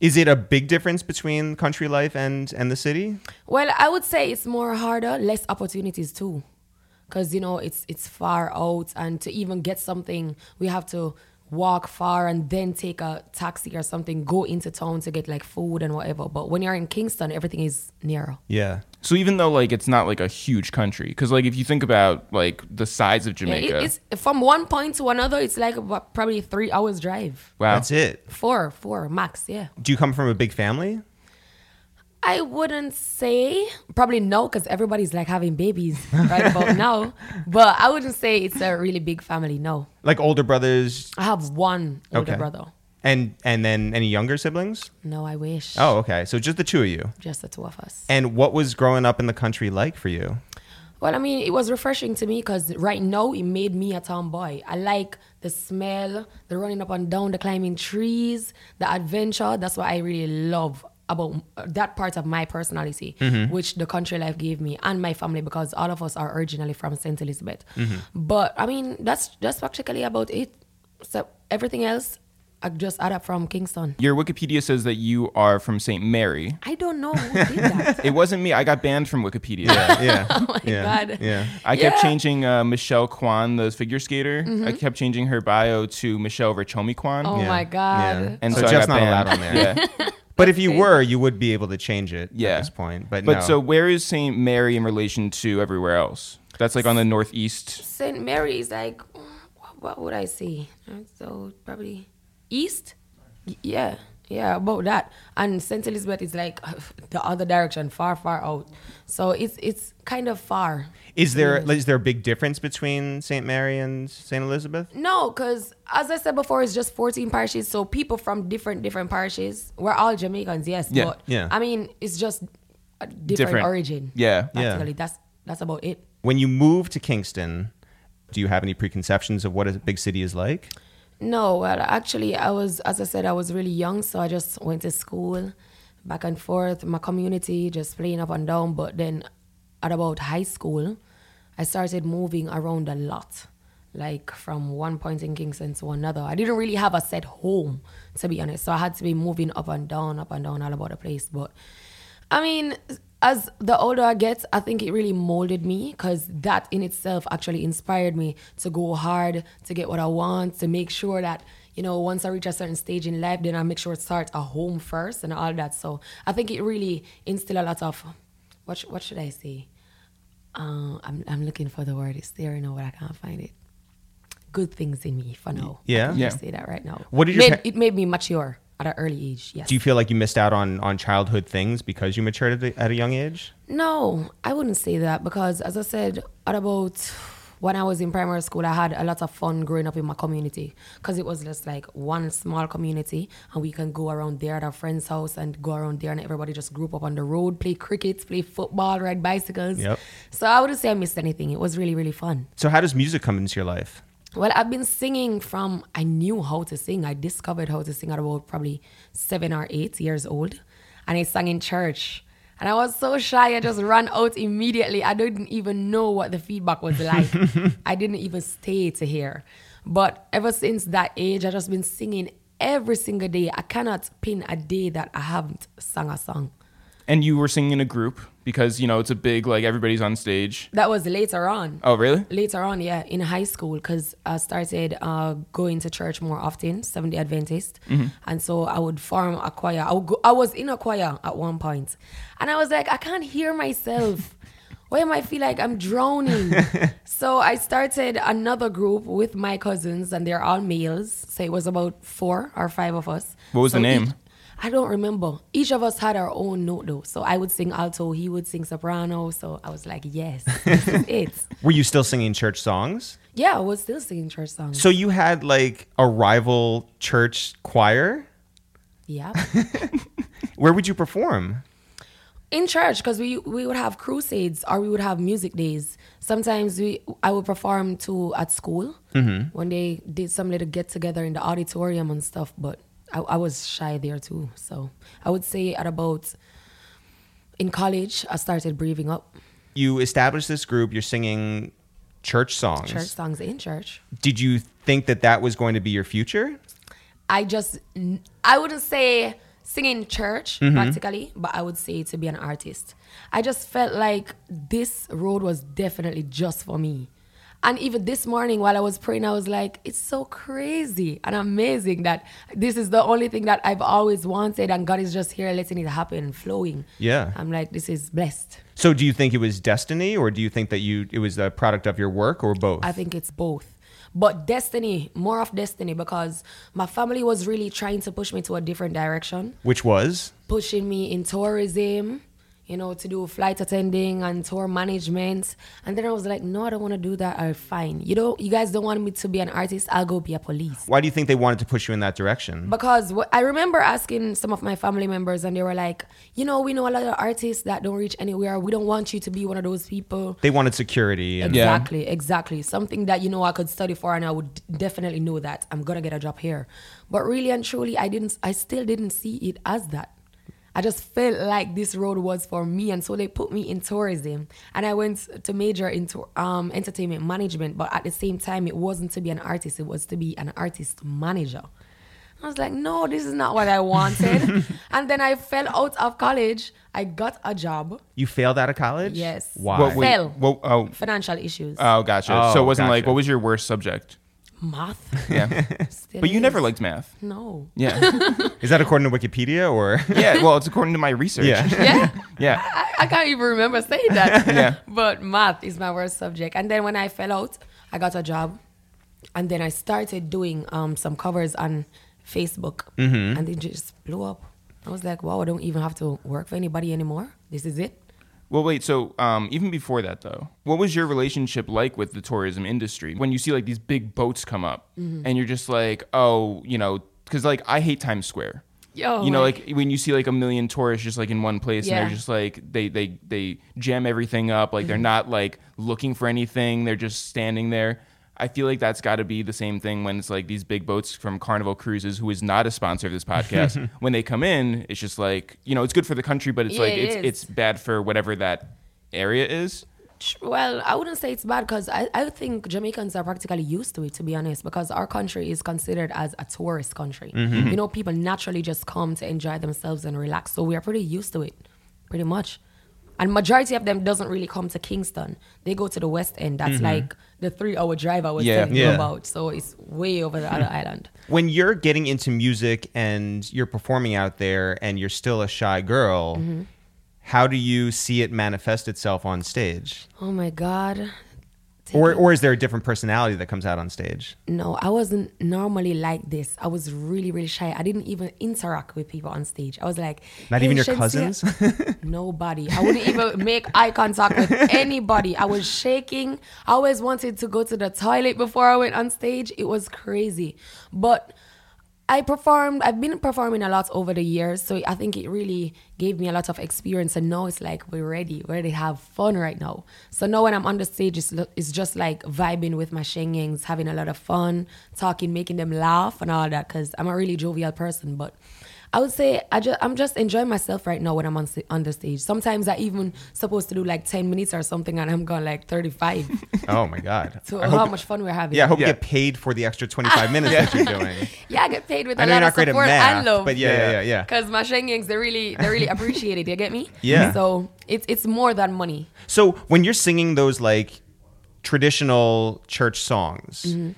Speaker 1: Is it a big difference between country life and and the city?
Speaker 3: Well, I would say it's more harder, less opportunities too. Cause you know, it's it's far out and to even get something we have to walk far and then take a taxi or something, go into town to get like food and whatever. But when you're in Kingston, everything is near.
Speaker 1: Yeah.
Speaker 2: So even though like it's not like a huge country, because like if you think about like the size of
Speaker 3: Yeah, it-
Speaker 2: Jamaica,
Speaker 3: it's from one point to another. It's like about probably three hours drive,
Speaker 2: wow,
Speaker 1: That's it.
Speaker 3: four, four max. Yeah,
Speaker 1: Do you come from a big family?
Speaker 3: I wouldn't say probably no because everybody's like having babies right about now. But I wouldn't say it's a really big family. No,
Speaker 1: Like older brothers
Speaker 3: I have one older
Speaker 1: Okay.
Speaker 3: brother.
Speaker 1: and and then any younger siblings?
Speaker 3: No, I wish.
Speaker 1: Oh, okay. So just the two of you.
Speaker 3: just the two of us.
Speaker 1: And what was growing up in the country like for
Speaker 3: *laughs*
Speaker 1: you?
Speaker 3: Well, I mean, it was refreshing to me because right now it made me a tomboy. I like the smell, the running up and down, the climbing trees, the adventure. That's what I really love about uh, that part of my personality, which the country life gave me and my family because all of us are originally from St. Elizabeth. But I mean, that's that's practically about it. So everything else, I just add up from Kingston.
Speaker 2: Your Wikipedia says that you are from St.
Speaker 3: *laughs*
Speaker 2: Mary.
Speaker 3: I don't know who did that.
Speaker 2: It wasn't me. I got banned from Wikipedia.
Speaker 1: Yeah.
Speaker 3: oh my
Speaker 1: yeah.
Speaker 3: god.
Speaker 1: Yeah.
Speaker 2: I kept
Speaker 3: Yeah. Mm-hmm.
Speaker 2: changing uh, Michelle Kwan, the figure skater. I kept changing her bio to Michelle Rachomi Kwan.
Speaker 3: Oh
Speaker 1: Yeah.
Speaker 3: my god.
Speaker 1: Yeah.
Speaker 2: And
Speaker 1: So
Speaker 2: so, I
Speaker 1: Jeff's
Speaker 2: got
Speaker 1: not allowed
Speaker 2: banned.
Speaker 1: on there.
Speaker 2: *laughs*
Speaker 1: *laughs*
Speaker 2: Yeah.
Speaker 1: But if you were, you would be able to change it
Speaker 2: Yeah.
Speaker 1: at this point. But,
Speaker 2: But
Speaker 1: no.
Speaker 2: so where is St. Mary in relation to everywhere else? That's like on the northeast.
Speaker 3: Saint Mary is like, mm, what- what would I say? Uh, So probably east. Y- Yeah, yeah, about that. And Saint Elizabeth is like *laughs* the other direction, far, far out. So it's it's kind of far.
Speaker 1: is there
Speaker 3: Mm.
Speaker 1: is there a big difference between St. Mary and St. Elizabeth?
Speaker 3: No, because as I said before, it's just 14 parishes. So people from different different parishes. We're all Jamaicans, yes.
Speaker 2: Yeah,
Speaker 3: But
Speaker 1: yeah.
Speaker 3: I mean, it's just a different,
Speaker 2: Different.
Speaker 3: origin.
Speaker 2: Yeah.
Speaker 1: Yeah.
Speaker 3: Practically, that's that's about it.
Speaker 1: When you move to Kingston, do you have any preconceptions of what a big city is like?
Speaker 3: No, well, actually, I was, as I said, I was really young, so I just went to school, back and forth, my community, just playing up and down. But then, at about high school, I started moving around a lot, like from one point in Kingston to another. I didn't really have a set home, to be honest. So I had to be moving up and down, up and down, all about the place. But I mean, as the older I get, I think it really molded me because that in itself actually inspired me to go hard, to get what I want, to make sure that, you know, once I reach a certain stage in life, then I make sure to start a home first and all that. So I think it really instilled a lot of, what, sh- what should I say? Uh, I'm, I'm looking for the word. It's there, you know, but I can't find it. Good things in me for now.
Speaker 1: Yeah?
Speaker 3: I can
Speaker 2: Yeah.
Speaker 3: just say that right now.
Speaker 1: What did your
Speaker 3: Made-
Speaker 1: pa-
Speaker 3: It made me mature at an early age, yes.
Speaker 1: Do you feel like you missed out on on childhood things because you matured at, a- at a young age?
Speaker 3: No, I wouldn't say that because, as I said, at about when I was in primary school, I had a lot of fun growing up in my community because it was just like one small community, and we can go around there at our friend's house and go around there, and everybody just group up on the road, play cricket, play football, ride bicycles.
Speaker 1: Yep.
Speaker 3: So I wouldn't say I missed anything. It was really, really fun.
Speaker 1: So how does music come into your life?
Speaker 3: Well, I've been singing from I knew how to sing. I discovered how to sing at about probably seven or eight years old, and I sang in church. And I was so shy, I just ran out immediately. I didn't even know what the feedback was like. I didn't even stay to hear. But ever since that age, I've just been singing every single day. I cannot pin a day that I haven't sung a song.
Speaker 2: And you were singing in a group because, you know, it's a big, like, everybody's on stage.
Speaker 3: That was later on.
Speaker 2: Oh, really?
Speaker 3: later on, yeah, in high school, because I started uh, going to church more often, Seventh Day Adventist,
Speaker 2: Mm-hmm.
Speaker 3: and so I would form a choir. I, would go, I was in a choir at one point, and I was like, I can't hear
Speaker 2: *laughs*
Speaker 3: myself. Why am I feel like I'm drowning? so I started another group with my cousins, and they're all males. So it was about four or five of us.
Speaker 2: What was the
Speaker 3: So
Speaker 2: name?
Speaker 3: each- I don't remember. Each of us had our own note though. So I would sing alto, he would sing soprano. So I was like, yes, this
Speaker 2: *laughs*
Speaker 3: is it.
Speaker 1: Were you still singing church songs?
Speaker 3: Yeah, I was still singing church songs.
Speaker 1: So you had like a rival church choir?
Speaker 3: yeah,
Speaker 1: Where would you perform?
Speaker 3: in church because we we would have crusades or we would have music days. Sometimes we I would perform to at school when they did some little get together in the auditorium and stuff. But I, I was shy there too. So I would say at about in college I started breathing up
Speaker 1: You established this group, you're singing church songs.
Speaker 3: church songs in church.
Speaker 1: Did you think that that was going to be your future?
Speaker 3: I just I wouldn't say singing church practically, but I would say to be an artist. I just felt like this road was definitely just for me. And even this morning while I was praying, I was like, it's so crazy and amazing that this is the only thing that I've always wanted and God is just here letting it happen, flowing.
Speaker 1: Yeah.
Speaker 3: I'm like, this is blessed.
Speaker 1: So do you think it was destiny or do you think that you it was a product of your work or both?
Speaker 3: I think it's both. But destiny, more of destiny, because my family was really trying to push me to a different direction.
Speaker 1: Which was?
Speaker 3: pushing me in tourism, you know, to do flight attending and tour management. And then I was like, no, I don't want to do that. i fine. You know, you guys don't want me to be an artist. I'll go be a police.
Speaker 1: Why do you think they wanted to push you in that direction?
Speaker 3: Because wh- I remember asking some of my family members, and they were like, you know, we know a lot of artists that don't reach anywhere. We don't want you to be one of those people.
Speaker 1: they wanted security and
Speaker 2: Yeah.
Speaker 3: Exactly, exactly. Something that you know I could study for, and I would definitely know that I'm gonna get a job here. But really and truly, I didn't. I still didn't see it as that. I just felt like this road was for me, and so they put me in tourism, and I went to major into um, entertainment management. But at the same time, it wasn't to be an artist; it was to be an artist manager. I was like, no, this is not what I
Speaker 2: *laughs*
Speaker 3: wanted. and then I fell out of college. I got a job.
Speaker 1: You failed out of college?
Speaker 3: Yes.
Speaker 1: Why?
Speaker 2: What we-
Speaker 3: Fell.
Speaker 2: what- oh,
Speaker 3: Financial issues.
Speaker 2: oh, gotcha.
Speaker 1: Oh,
Speaker 2: so it wasn't like
Speaker 1: gotcha.
Speaker 2: what was your worst subject?
Speaker 3: math.
Speaker 2: *laughs* Yeah,
Speaker 3: Still
Speaker 2: but you
Speaker 3: is.
Speaker 2: never liked
Speaker 1: *laughs*
Speaker 2: math.
Speaker 3: No.
Speaker 2: Yeah,
Speaker 1: Is that according to Wikipedia or? *laughs*
Speaker 2: yeah. Well, it's according to my research.
Speaker 1: yeah.
Speaker 3: Yeah.
Speaker 2: *laughs* yeah.
Speaker 3: I, I can't even remember saying that.
Speaker 2: *laughs* Yeah.
Speaker 3: But math is my worst subject. And then when I fell out, I got a job. And then I started doing um, some covers on Facebook.
Speaker 2: Mm-hmm.
Speaker 3: And it just blew up. I was like, wow, I don't even have to work for anybody anymore. This is it.
Speaker 2: Well, wait. So, um, even before that, though, what was your relationship like with the tourism industry? When you see like these big boats come up, and you're just like, oh, you know, because like I hate Times Square.
Speaker 3: Yo,
Speaker 2: you know,
Speaker 3: my-
Speaker 2: like when you see like a million tourists just like in one place, and
Speaker 3: Oh, Yeah. Mm-hmm.
Speaker 2: they're just like they they they jam everything up. Like they're not like looking for anything; they're just standing there. I feel like that's got to be the same thing when it's like these big boats from Carnival Cruises, who is not a sponsor of this
Speaker 3: *laughs*
Speaker 2: podcast. when they come in, it's just like you know, it's good for the country, but it's
Speaker 3: Yeah,
Speaker 2: like
Speaker 3: it
Speaker 2: it's
Speaker 3: is.
Speaker 2: it's bad for whatever that area is.
Speaker 3: Tr- Well, I wouldn't say it's bad because I, I think Jamaicans are practically used to it, to be honest, because our country is considered as a tourist country.
Speaker 1: Mm-hmm.
Speaker 3: You know, people naturally just come to enjoy themselves and relax. So we are pretty used to it, pretty much. And majority of them doesn't really come to Kingston. They go to the West End. That's like the three-hour drive I was
Speaker 2: Yeah.
Speaker 3: telling
Speaker 1: Mm-hmm. Yeah.
Speaker 3: you about. So it's way over
Speaker 1: *laughs*
Speaker 3: the other island.
Speaker 1: When you're getting into music and you're performing out there and you're still a shy girl,
Speaker 3: Mm-hmm.
Speaker 1: how do you see it manifest itself on stage?
Speaker 3: Oh my God.
Speaker 1: Or, or is there a different personality that comes out on stage?
Speaker 3: no, I wasn't normally like this. I was really, really shy. I didn't even interact with people on stage. I was like,
Speaker 1: Not
Speaker 3: "Hey,
Speaker 1: even your
Speaker 3: Shensia."
Speaker 1: cousins? *laughs*
Speaker 3: Nobody. I wouldn't even make eye contact with anybody. I was shaking. I always wanted to go to the toilet before I went on stage. It was crazy. But I performed, I've been performing a lot over the years. So I think it really gave me a lot of experience. And now it's like, we're ready. We're ready to have fun right now. So now when I'm on the stage, it's, lo- it's just like vibing with my shengyings, having a lot of fun, talking, making them laugh and all that. Cause I'm a really jovial person. But I would say I just I'm just enjoying myself right now when I'm on sta- on the stage. Sometimes I even supposed to do like 10 minutes or something, and I'm going
Speaker 1: *laughs*
Speaker 3: like 35.
Speaker 1: oh my
Speaker 3: *laughs*
Speaker 1: God.
Speaker 3: So
Speaker 1: I
Speaker 3: how
Speaker 1: hope,
Speaker 3: much fun we're having.
Speaker 1: yeah, I hope
Speaker 2: Yeah.
Speaker 1: you get paid for the extra 25 minutes that you're doing.
Speaker 3: Yeah, I get paid with
Speaker 1: I
Speaker 3: *laughs* a
Speaker 1: know you're
Speaker 3: lot
Speaker 1: not
Speaker 3: of
Speaker 1: great at
Speaker 3: support
Speaker 1: math,
Speaker 3: and love.
Speaker 1: but yeah, yeah, yeah. yeah.
Speaker 3: Because my shengyings, they really
Speaker 1: *laughs*
Speaker 3: they really appreciate it. You get me?
Speaker 1: Yeah.
Speaker 3: So it's it's more than money.
Speaker 1: So when you're singing those like traditional church songs,
Speaker 3: Mm-hmm.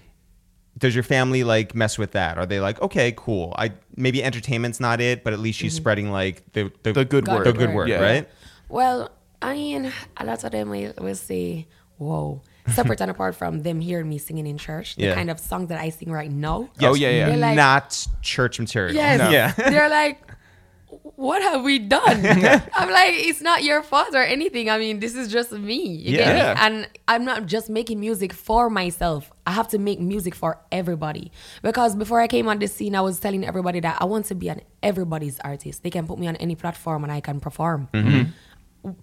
Speaker 1: does your family like mess with that? Are they like, okay, cool. I maybe entertainment's not it, but at least she's
Speaker 3: Mm-hmm.
Speaker 1: spreading like the the,
Speaker 2: The good
Speaker 3: God
Speaker 2: word,
Speaker 1: the good word,
Speaker 2: Yeah.
Speaker 1: right?
Speaker 3: Well, I mean, a lot of them will, will say, "Whoa." Separate and apart from them hearing me singing in church, the
Speaker 1: Yeah.
Speaker 3: kind of song that I sing right now.
Speaker 2: Oh, yeah, yeah.
Speaker 3: They're like-
Speaker 1: not church material.
Speaker 3: Yes.
Speaker 2: No.
Speaker 1: Yeah.
Speaker 3: *laughs* They're like, what have we done? I'm like, it's not your fault or anything. I mean, this is just me. You get me?
Speaker 2: Yeah.
Speaker 3: And I'm not just making music for myself. I have to make music for everybody. Because before I came on this scene, I was telling everybody that I want to be an everybody's artist. They can put me on any platform and I can perform.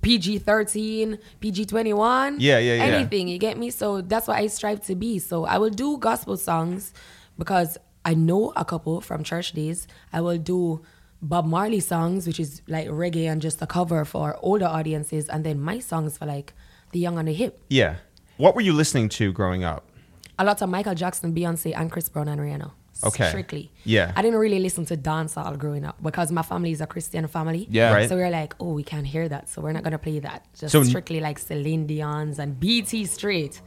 Speaker 3: PG 13, PG 21.
Speaker 1: Yeah, yeah, yeah.
Speaker 3: Anything, you get me? So that's what I strive to be. So I will do gospel songs because I know a couple from church days. I will do Bob Marley songs, which is like reggae and just a cover for older audiences, and then my songs for like the young and the hip.
Speaker 1: Yeah. What were you listening to growing up?
Speaker 3: A lot of Michael Jackson, Beyonce, and Chris Brown and Rihanna.
Speaker 1: Okay.
Speaker 3: Strictly.
Speaker 1: Yeah.
Speaker 3: I didn't really listen to dancehall growing up because my family is a Christian family.
Speaker 2: Yeah.
Speaker 1: Right.
Speaker 3: So we are like, oh, we can't hear that, so we're not gonna play that. Just
Speaker 1: So-
Speaker 3: strictly like Celine Dion's and
Speaker 1: *laughs*
Speaker 3: BT Street.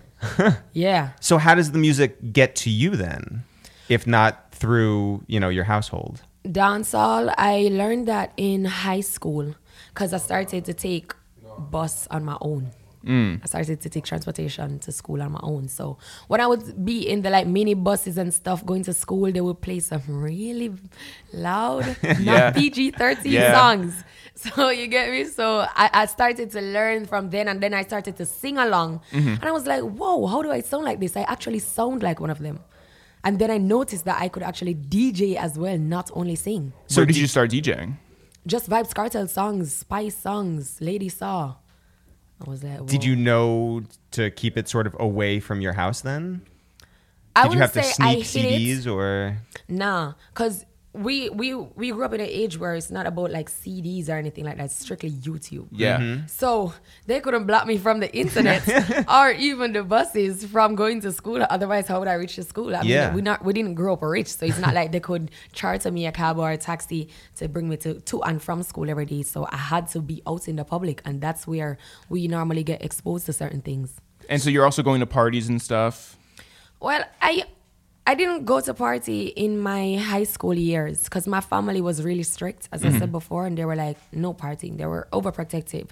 Speaker 3: yeah.
Speaker 1: So how does the music get to you then? If not through, you know, your household.
Speaker 3: Dancehall, I learned that in high school because I started to take bus on my own. I started to take transportation to school on my own. So when I would be in the like mini buses and stuff going to school, they would play some really loud,
Speaker 2: Yeah.
Speaker 3: not PG 13
Speaker 2: Yeah.
Speaker 3: songs. *laughs* So you get me? So I, I started to learn from then and then I started to sing along.
Speaker 1: Mm-hmm.
Speaker 3: And I was like, whoa, how do I sound like this? I actually sound like one of them. And then I noticed that I could actually DJ as well, not only sing.
Speaker 2: So Where did you start DJing?
Speaker 3: Just Vibes Cartel songs, Spice songs, Lady Saw. I was like,
Speaker 1: Did
Speaker 3: whoa.
Speaker 1: you know to keep it sort of away from your house then?
Speaker 3: I
Speaker 1: Did you
Speaker 3: wouldn't
Speaker 1: have to
Speaker 3: say I
Speaker 1: sneak
Speaker 3: hid it.
Speaker 1: CDs or
Speaker 3: Nah, because we we we grew up in an age where it's not about like CDs or anything like that. It's strictly YouTube.
Speaker 2: Yeah.
Speaker 3: So they couldn't block me from the internet or even the buses from going to school. Otherwise, how would I reach the school? I
Speaker 1: Yeah.
Speaker 3: mean, we not we didn't grow up rich, so it's not like they could charter me a cab or a taxi to bring me to to and from school every day. So I had to be out in the public, and that's where we normally get exposed to certain things.
Speaker 2: And so you're also going to parties and stuff.
Speaker 3: Well, I I didn't go to party in my high school years because my family was really strict, as
Speaker 2: Mm-hmm.
Speaker 3: I said before, and they were like, no partying. They were overprotective.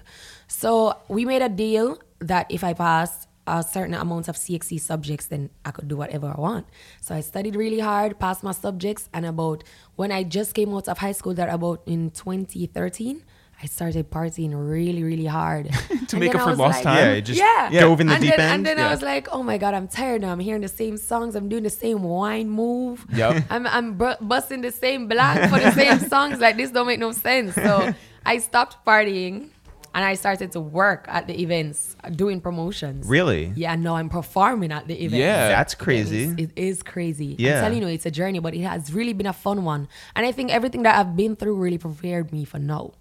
Speaker 3: So we made a deal that if I passed a certain amount of CXC subjects, then I could do whatever I want. So I studied really hard, passed my subjects, and about when I just came out of high school, that about in 2013. I started partying really, really
Speaker 2: *laughs*
Speaker 3: hard And
Speaker 2: make
Speaker 3: then
Speaker 2: up
Speaker 3: I
Speaker 2: for
Speaker 3: was
Speaker 2: lost time?
Speaker 1: Yeah, it just dove in the
Speaker 3: and
Speaker 1: deep
Speaker 3: then,
Speaker 1: end.
Speaker 3: And then
Speaker 2: Yeah.
Speaker 3: I was like, oh my God, I'm tired now. I'm hearing the same songs. I'm doing the same wine move.
Speaker 2: Yep.
Speaker 3: *laughs* I'm, I'm bu- busting the same block for
Speaker 1: *laughs*
Speaker 3: the same songs. Like, this don't make no sense. So I stopped partying and I started to work at the events, doing promotions.
Speaker 1: Really?
Speaker 3: Yeah, no, I'm performing at the events.
Speaker 2: Yeah.
Speaker 1: That's
Speaker 3: It is-
Speaker 1: crazy.
Speaker 3: It is crazy.
Speaker 1: Yeah.
Speaker 3: I'm telling you, it's a journey, but it has really been a fun one. And I think everything that I've been through really prepared me for now.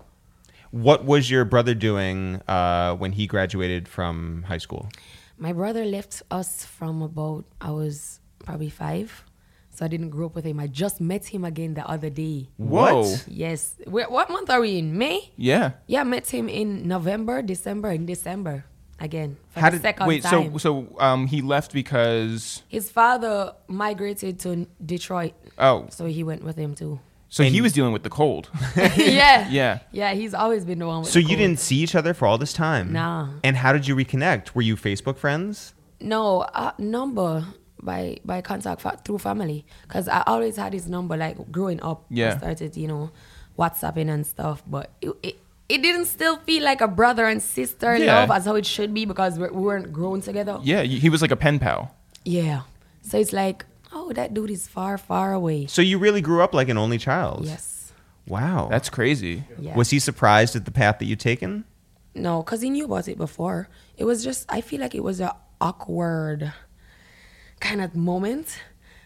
Speaker 1: What was your brother doing uh, when he graduated from high school?
Speaker 3: My brother left us from about I was probably five, so I didn't grow up with him. I just met him again the other day.
Speaker 2: Whoa.
Speaker 1: What?
Speaker 3: Yes, Wait, what month are we in? May.
Speaker 2: Yeah.
Speaker 3: Yeah, I met him in November, December, in December again for the second
Speaker 2: wait?
Speaker 3: time.
Speaker 2: So so um he left because
Speaker 3: His father migrated to Detroit,
Speaker 2: oh
Speaker 3: so he went with
Speaker 2: *laughs*
Speaker 3: him too. *laughs*
Speaker 2: so he was dealing with the cold.
Speaker 3: yeah,
Speaker 2: Yeah.
Speaker 3: yeah. He's always been the one. With
Speaker 1: So
Speaker 3: the
Speaker 1: you
Speaker 3: cold.
Speaker 1: didn't see each other for all this time?
Speaker 3: Nah.
Speaker 1: And how did you reconnect? Were you Facebook friends?
Speaker 3: No, uh, number by by contact fa- through family because I always had his number like growing up.
Speaker 2: Yeah.
Speaker 3: I started you know WhatsApping and stuff, but it. it it didn't still feel like a brother and sister
Speaker 2: Yeah.
Speaker 3: love as how it should be because we're, we weren't grown together.
Speaker 2: *laughs* yeah, he was like a pen pal.
Speaker 3: Yeah. So it's like, oh, that dude is far, far away.
Speaker 1: So you really grew up like an only child?
Speaker 3: Yes.
Speaker 1: Wow.
Speaker 2: That's crazy.
Speaker 3: Yeah.
Speaker 1: Was he surprised at the path that you'd taken?
Speaker 3: No, because he knew about it before. It was just, I feel like it was a awkward kind of moment.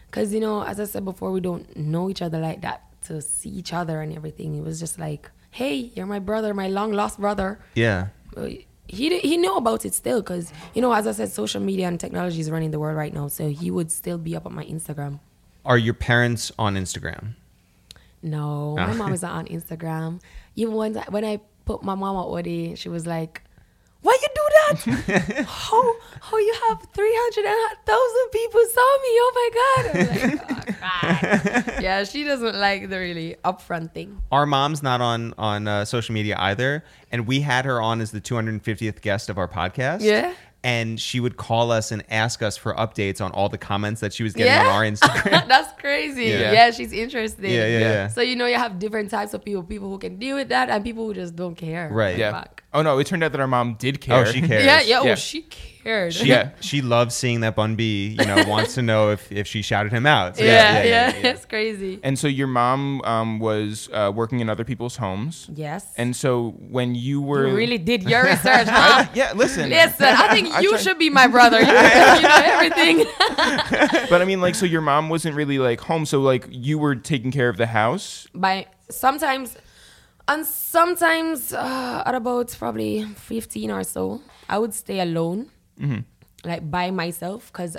Speaker 3: Because, you know, as I said before, we don't know each other like that to see each other and everything. It was just like, hey, you're my brother, my long lost brother.
Speaker 1: Yeah.
Speaker 3: But He, di- he knew about it still because, you know, as I said, social media and technology is running the world right now. So he would still be up on my Instagram.
Speaker 1: Are your parents on Instagram?
Speaker 3: No, my mom is not on Instagram. Even when when I put my mom out with it, she was like, "Why you do that? how how you have three hundred thousand people saw me? Oh my god!" I'm like, "Oh, God." yeah, she doesn't like the really upfront thing. *laughs*
Speaker 1: Our mom's not on on uh, social media either, and we had her on as the 250th guest of our podcast.
Speaker 3: Yeah.
Speaker 1: And she would call us and ask us for updates on all the comments that she was getting on
Speaker 3: Yeah.
Speaker 1: our Instagram.
Speaker 3: That's crazy.
Speaker 1: Yeah.
Speaker 3: Yeah. she's interested.
Speaker 1: Yeah, yeah, yeah.
Speaker 3: So you know you have different types of people: people who can deal with that, and people who just don't care.
Speaker 1: Right.
Speaker 2: Yeah.
Speaker 3: Fuck.
Speaker 2: Oh no, it turned out that our mom did
Speaker 1: Oh,
Speaker 2: care.
Speaker 1: she cares.
Speaker 3: Yeah, yeah.
Speaker 2: Yeah.
Speaker 3: Oh, she cared.
Speaker 1: She,
Speaker 2: Yeah.
Speaker 1: she loves seeing that Bun B, you know, wants to know if, if she shouted him out. So
Speaker 3: yeah, yeah, *laughs* It's crazy.
Speaker 2: *laughs* And so your mom um, was uh, working in other people's homes.
Speaker 3: Yes.
Speaker 2: And so when you were
Speaker 3: You really did your research, huh?
Speaker 2: *laughs* yeah, listen.
Speaker 3: Listen, *laughs* I think
Speaker 2: I
Speaker 3: you
Speaker 2: try-
Speaker 3: should be my brother. *laughs* You, you know everything.
Speaker 2: But I mean, like, so your mom wasn't really like home, so like you were taking care of the house.
Speaker 3: *laughs* By sometimes, and sometimes uh, at about probably fifteen or so, I would stay alone, like by myself, because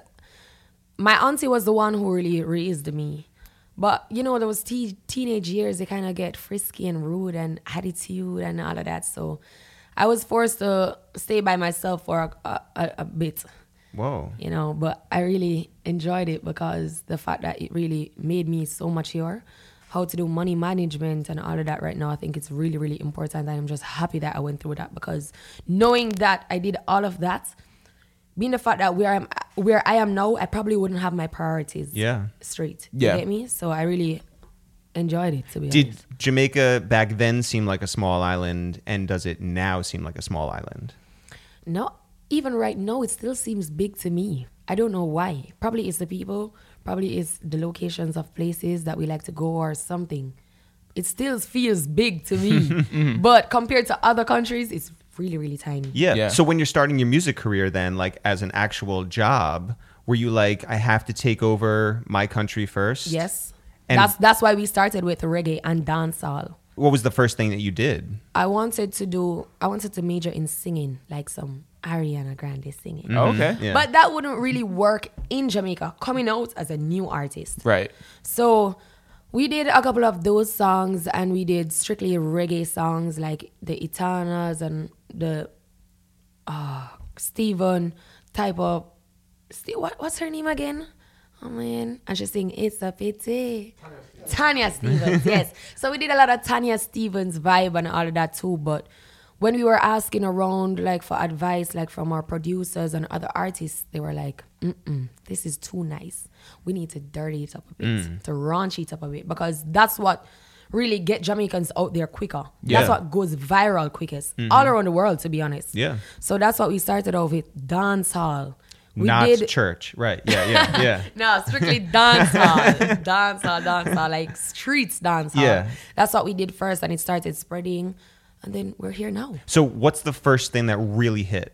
Speaker 3: my auntie was the one who really raised me. But you know, those te- teenage years, they kind of get frisky and rude and attitude and all of that. So I was forced to stay by myself for a, a, a, a bit.
Speaker 1: Whoa.
Speaker 3: you know but i really enjoyed it because the fact that it really made me so mature how to do money management and all of that right now i think it's really really important and i'm just happy that i went through that because knowing that i did all of that being the fact that where i'm where i am now i probably wouldn't have my priorities
Speaker 1: Yeah.
Speaker 3: straight
Speaker 2: Yeah.
Speaker 3: you get me so i really enjoyed it to be
Speaker 1: Did
Speaker 3: honest
Speaker 1: Jamaica back then seem like a small island, and does it now seem like a small island?
Speaker 3: No, even right now, it still seems big to me. I don't know why. Probably it's the people, probably it's the locations of places that we like to go or something. It still feels big
Speaker 1: *laughs*
Speaker 3: to me.
Speaker 1: Mm-hmm.
Speaker 3: but compared to other countries, it's really, really tiny.
Speaker 1: Yeah.
Speaker 2: Yeah.
Speaker 1: So when you're starting your music career, then like as an actual job, were you like, I have to take over my country first?
Speaker 3: Yes.
Speaker 1: And
Speaker 3: that's that's why we started with reggae and dancehall.
Speaker 1: what was the first thing that you did?
Speaker 3: I wanted to do I wanted to major in singing, like some Ariana Grande singing.
Speaker 2: okay.
Speaker 1: Mm-hmm. Oh, Yeah.
Speaker 3: But that wouldn't really work in Jamaica, coming out as a new artist.
Speaker 2: Right.
Speaker 3: So we did a couple of those songs and we did strictly reggae songs like the Itanas and the uh, Steven type of Ste- what, what's her name again? Oh man, I should sing It's a Pity.
Speaker 1: *laughs*
Speaker 3: Tanya Stevens, yes. So we did a lot of Tanya Stevens vibe and all of that too. But when we were asking around like for advice, like from our producers and other artists, they were like, Mm-mm, this is too nice. We need to dirty it up a bit,
Speaker 1: Mm.
Speaker 3: to raunch it up a bit, because that's what really get Jamaicans out there quicker.
Speaker 1: Yeah. Mm-hmm.
Speaker 3: That's what goes viral quickest all around the world, to be honest.
Speaker 1: Yeah.
Speaker 3: So that's what we started off with dance hall. We
Speaker 1: Not
Speaker 3: did
Speaker 1: church, right? Yeah,
Speaker 3: *laughs*
Speaker 1: yeah, yeah.
Speaker 3: no, strictly dance hall.
Speaker 1: *laughs*
Speaker 3: dance hall, dance hall, like streets dance hall.
Speaker 1: Yeah.
Speaker 3: That's what we did first and it started spreading and then we're here now.
Speaker 1: so what's the first thing that really hit?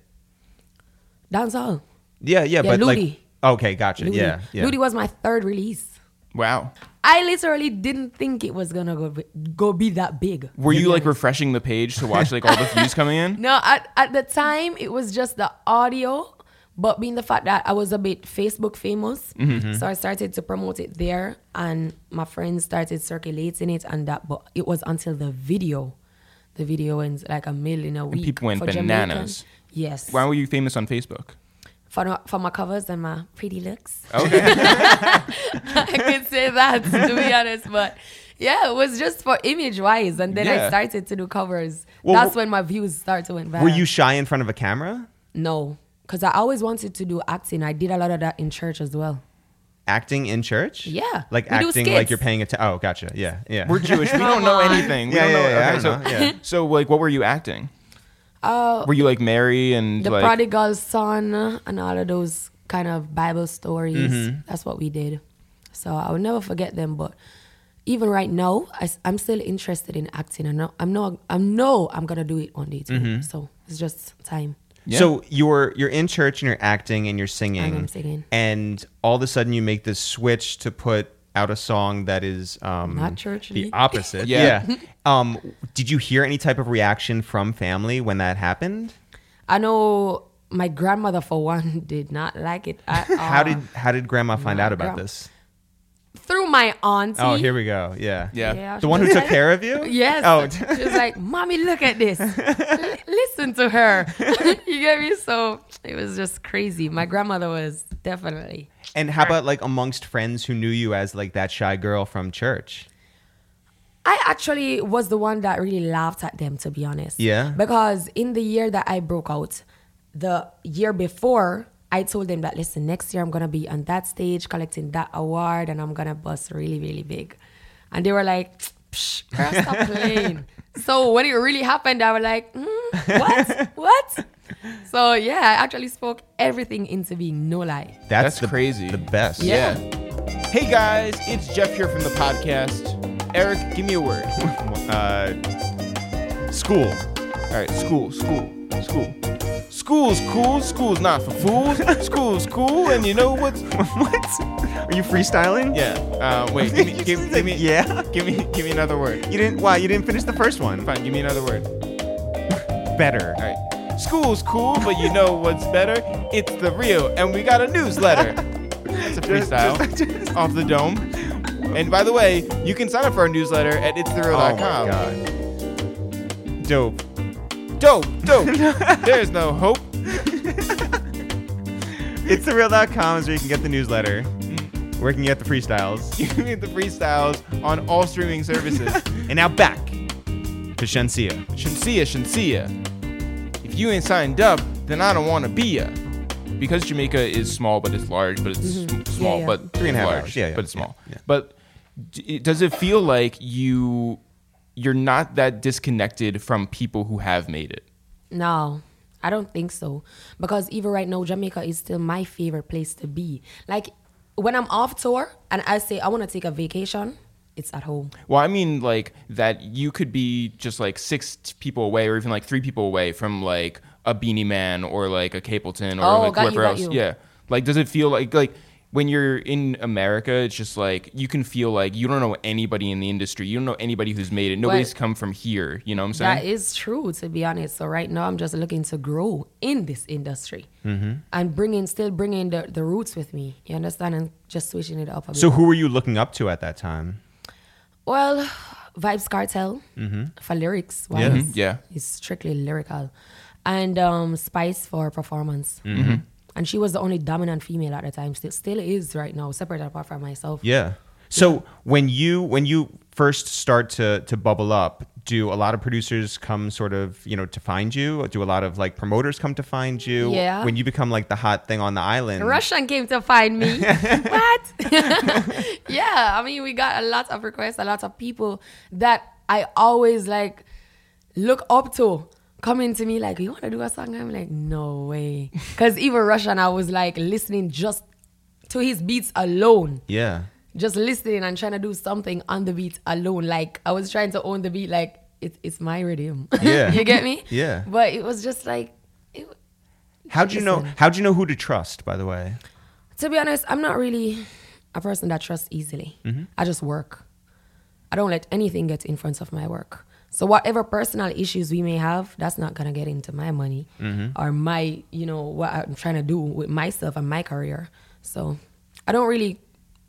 Speaker 3: Dance hall.
Speaker 1: Yeah, yeah, but
Speaker 3: Ludi.
Speaker 1: like okay, gotcha.
Speaker 3: Ludi.
Speaker 1: Yeah, yeah.
Speaker 3: Ludi was my third release.
Speaker 2: Wow.
Speaker 3: I literally didn't think it was gonna go go be that big.
Speaker 2: Were
Speaker 3: to
Speaker 2: you
Speaker 3: be
Speaker 2: like
Speaker 3: honest.
Speaker 2: refreshing the page to watch like all the views coming in?
Speaker 3: *laughs* No, at, at the time it was just the audio, but being the fact that I was a bit Facebook famous,
Speaker 2: Mm-hmm.
Speaker 3: so I started to promote it there, and my friends started circulating it, and that. But it was until the video, the video went like a million a week.
Speaker 2: people went
Speaker 3: for Jamaican.
Speaker 2: bananas.
Speaker 3: Yes,
Speaker 2: Why were you famous on Facebook?
Speaker 3: for for my covers and my pretty looks.
Speaker 2: Okay.
Speaker 3: *laughs* I can say that to be honest, but yeah, it was just for image wise, and then
Speaker 2: Yeah.
Speaker 3: I started to do covers.
Speaker 1: Well,
Speaker 3: That's
Speaker 1: wh-
Speaker 3: when my views started to went viral.
Speaker 1: Were you shy in front of a camera?
Speaker 3: No, because I always wanted to do acting. I did a lot of that in church as well.
Speaker 1: Acting in church?
Speaker 3: Yeah.
Speaker 1: Like
Speaker 3: We do
Speaker 1: acting like
Speaker 3: skits.
Speaker 1: you're paying attention. Oh, gotcha. Yeah, yeah.
Speaker 2: We're Jewish. We don't
Speaker 3: Come
Speaker 2: know
Speaker 3: on.
Speaker 2: anything. We
Speaker 1: Yeah,
Speaker 2: don't know.
Speaker 1: yeah, yeah, I
Speaker 2: okay, so,
Speaker 1: don't know. Yeah.
Speaker 2: so like what were you acting?
Speaker 3: Uh,
Speaker 2: Were you like Mary and
Speaker 3: the
Speaker 2: like
Speaker 3: prodigal son and all of those kind of Bible stories.
Speaker 1: Mm-hmm.
Speaker 3: That's what we did. So I will never forget them. But even right now, I, am still interested in acting. I know I'm not. I know I'm gonna do it one day too.
Speaker 1: Mm-hmm.
Speaker 3: So it's just time.
Speaker 2: Yeah.
Speaker 1: So you're you're in church and you're acting and you're singing,
Speaker 3: And I'm singing.
Speaker 1: and all of a sudden you make this switch to put out a song that is um,
Speaker 3: Not churchy.
Speaker 1: the opposite.
Speaker 2: *laughs* Yeah.
Speaker 1: yeah. Um, did you hear any type of reaction from family when that happened?
Speaker 3: I know my grandmother for *laughs* one did not like it at all.
Speaker 1: How did how did Grandma find out about
Speaker 3: Um, grandma.
Speaker 1: this?
Speaker 3: through my auntie?
Speaker 1: Oh, here we go. Yeah.
Speaker 2: Yeah.
Speaker 1: The one who took care of *laughs* you?
Speaker 3: *laughs* Yes.
Speaker 1: Oh,
Speaker 3: she was like, "Mommy, look at this. L- listen to her." *laughs* you get me? So it was just crazy. My grandmother was definitely.
Speaker 1: and how about like amongst friends who knew you as like that shy girl from church?
Speaker 3: I actually was the one that really laughed at them, to be honest.
Speaker 1: Yeah.
Speaker 3: Because in the year that I broke out, the year before, I told them that listen, next year I'm gonna be on that stage collecting that award, and I'm gonna bust really, really big. And they were like, Psh, "Girl, stop playing." so when it really happened, I was like, "Mm, "What? what?" So yeah, I actually spoke everything into being. No lie.
Speaker 1: That's,
Speaker 2: That's
Speaker 1: the-
Speaker 2: crazy.
Speaker 1: The best.
Speaker 2: Yeah. Hey guys, it's Jeff here from the podcast. Eric, give me a *laughs* word.
Speaker 1: Uh, school.
Speaker 2: All right, school, school, school. School's cool, school's not for *laughs* fools. School's cool, and you know
Speaker 1: *laughs*
Speaker 2: what's
Speaker 1: what? Are you freestyling?
Speaker 2: Yeah. Uh, wait. Give me, *laughs*
Speaker 1: You
Speaker 2: give,
Speaker 1: just
Speaker 2: give
Speaker 1: said
Speaker 2: me.
Speaker 1: yeah.
Speaker 2: Give me. Give me another word.
Speaker 1: You didn't. Wow, you didn't finish the first one.
Speaker 2: Fine. Give me another word.
Speaker 1: Better.
Speaker 2: All right. School's cool, but you know what's better? It's the real, and we got
Speaker 1: *laughs*
Speaker 2: a newsletter. That's a freestyle off the dome. And by the way, you can sign up for our newsletter at
Speaker 1: Oh my
Speaker 2: itsthereal.com.
Speaker 1: god. Dope.
Speaker 2: Dope, dope.
Speaker 1: *laughs*
Speaker 2: There's no hope. *laughs*
Speaker 1: It's the real.com is where you can get the newsletter. Where you can get the freestyles.
Speaker 2: You can get the freestyles on all streaming services.
Speaker 1: *laughs* And now back to Shensia.
Speaker 2: Shansia, Shansia. If you ain't signed up, then I don't want to be ya. Because Jamaica is small, but it's large, but it's sm- small,
Speaker 3: yeah.
Speaker 2: but
Speaker 1: Mm-hmm. Three and a half
Speaker 2: large,
Speaker 1: hours. Yeah, yeah,
Speaker 2: but it's small.
Speaker 1: yeah, yeah.
Speaker 2: But d- it- does it feel like you you're not that disconnected from people who have made it?
Speaker 3: No, I don't think so. Because even right now, Jamaica is still my favorite place to be. Like when I'm off tour and I say I want to take a vacation, it's at home.
Speaker 2: Well, I mean, like that you could be just like six t- people away, or even like three people away from like a Beanie Man or like a Capleton or
Speaker 3: Oh,
Speaker 2: like
Speaker 3: got you,
Speaker 2: whoever
Speaker 3: got
Speaker 2: else.
Speaker 3: you.
Speaker 2: Yeah. Like, does it feel like like when you're in America, it's just like you can feel like you don't know anybody in the industry. You don't know anybody who's made it. Nobody's come from here. You know what I'm saying?
Speaker 3: That is true, to be honest. So right now, I'm just looking to grow in this industry and bringing, still bringing the, the roots with me. You understand, and just switching it up a bit.
Speaker 1: So who were you looking up to at that time?
Speaker 3: well, Vibes Cartel for lyrics. wise.
Speaker 1: Yeah.
Speaker 2: Mhm, yeah.
Speaker 3: it's strictly lyrical, and um, Spice for performance. And she was the only dominant female at the time. Still, still is right now, separate and apart from myself.
Speaker 1: Yeah. So when you when you first start to to bubble up, do a lot of producers come sort of you know to find you? Do a lot of like promoters come to find you?
Speaker 3: Yeah.
Speaker 1: When you become like the hot thing on the island,
Speaker 3: Russian came to
Speaker 1: *laughs*
Speaker 3: find me. what? *laughs* yeah, I mean, we got a lot of requests, a lot of people that I always like look up to coming to me like, "You want to do a song?" I'm like, "No
Speaker 1: *laughs*
Speaker 3: way," because even Russian, I was like listening just to his beats alone,
Speaker 1: Yeah.
Speaker 3: just listening and trying to do something on the beat alone. Like I was trying to own the beat, like it, it's my rhythm.
Speaker 1: Yeah.
Speaker 3: *laughs* you get me?
Speaker 1: Yeah.
Speaker 3: But it was just like. It,
Speaker 1: How'd you know?
Speaker 3: Listen.
Speaker 1: How'd you know who to trust? By the way.
Speaker 3: to be honest, I'm not really a person that trusts easily. I just work. I don't let anything get in front of my work. So whatever personal issues we may have, that's not gonna get into my money or my, you know, what I'm trying to do with myself and my career. So I don't really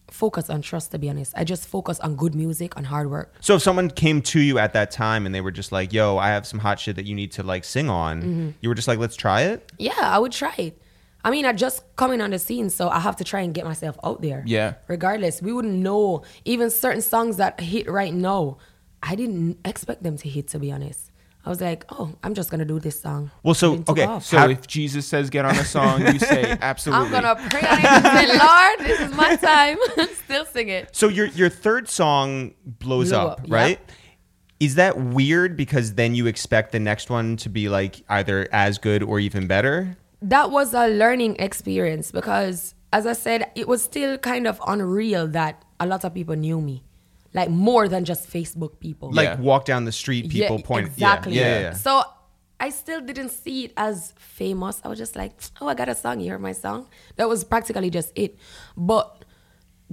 Speaker 3: focus on trust to be honest. I just focus on good music, on hard work.
Speaker 1: So if someone came to you at that time and they were just like, "Yo, I have some hot shit that you need to like sing on,"
Speaker 3: Mm-hmm.
Speaker 1: you were just like, "Let's try it."
Speaker 3: Yeah, I would try it. I mean, I just coming on the scene, so I have to try and get myself out there.
Speaker 2: Yeah.
Speaker 3: Regardless, we wouldn't know even certain songs that hit right now. I didn't expect them to hit, to be honest. I was like, oh, I'm just gonna do this song.
Speaker 1: Well, so
Speaker 3: Didn't take
Speaker 1: okay,
Speaker 3: off.
Speaker 1: so
Speaker 2: So if Jesus says get on a song, you say absolutely.
Speaker 3: *laughs* I'm gonna pray on it and say, Lord, this is my time. *laughs* Still sing it.
Speaker 1: So your your third song blows
Speaker 3: Blew
Speaker 1: up,
Speaker 3: up,
Speaker 1: right?
Speaker 3: yep.
Speaker 1: Is that weird because then you expect the next one to be like either as good or even better?
Speaker 3: That was a learning experience because, as I said, it was still kind of unreal that a lot of people knew me, like more than just Facebook people.
Speaker 1: Like
Speaker 2: Yeah.
Speaker 1: walk down the street, people point
Speaker 3: exactly.
Speaker 1: Yeah, yeah, yeah.
Speaker 3: So I still didn't see it as famous. I was just like, oh, I got a song. You heard my song. That was practically just it. But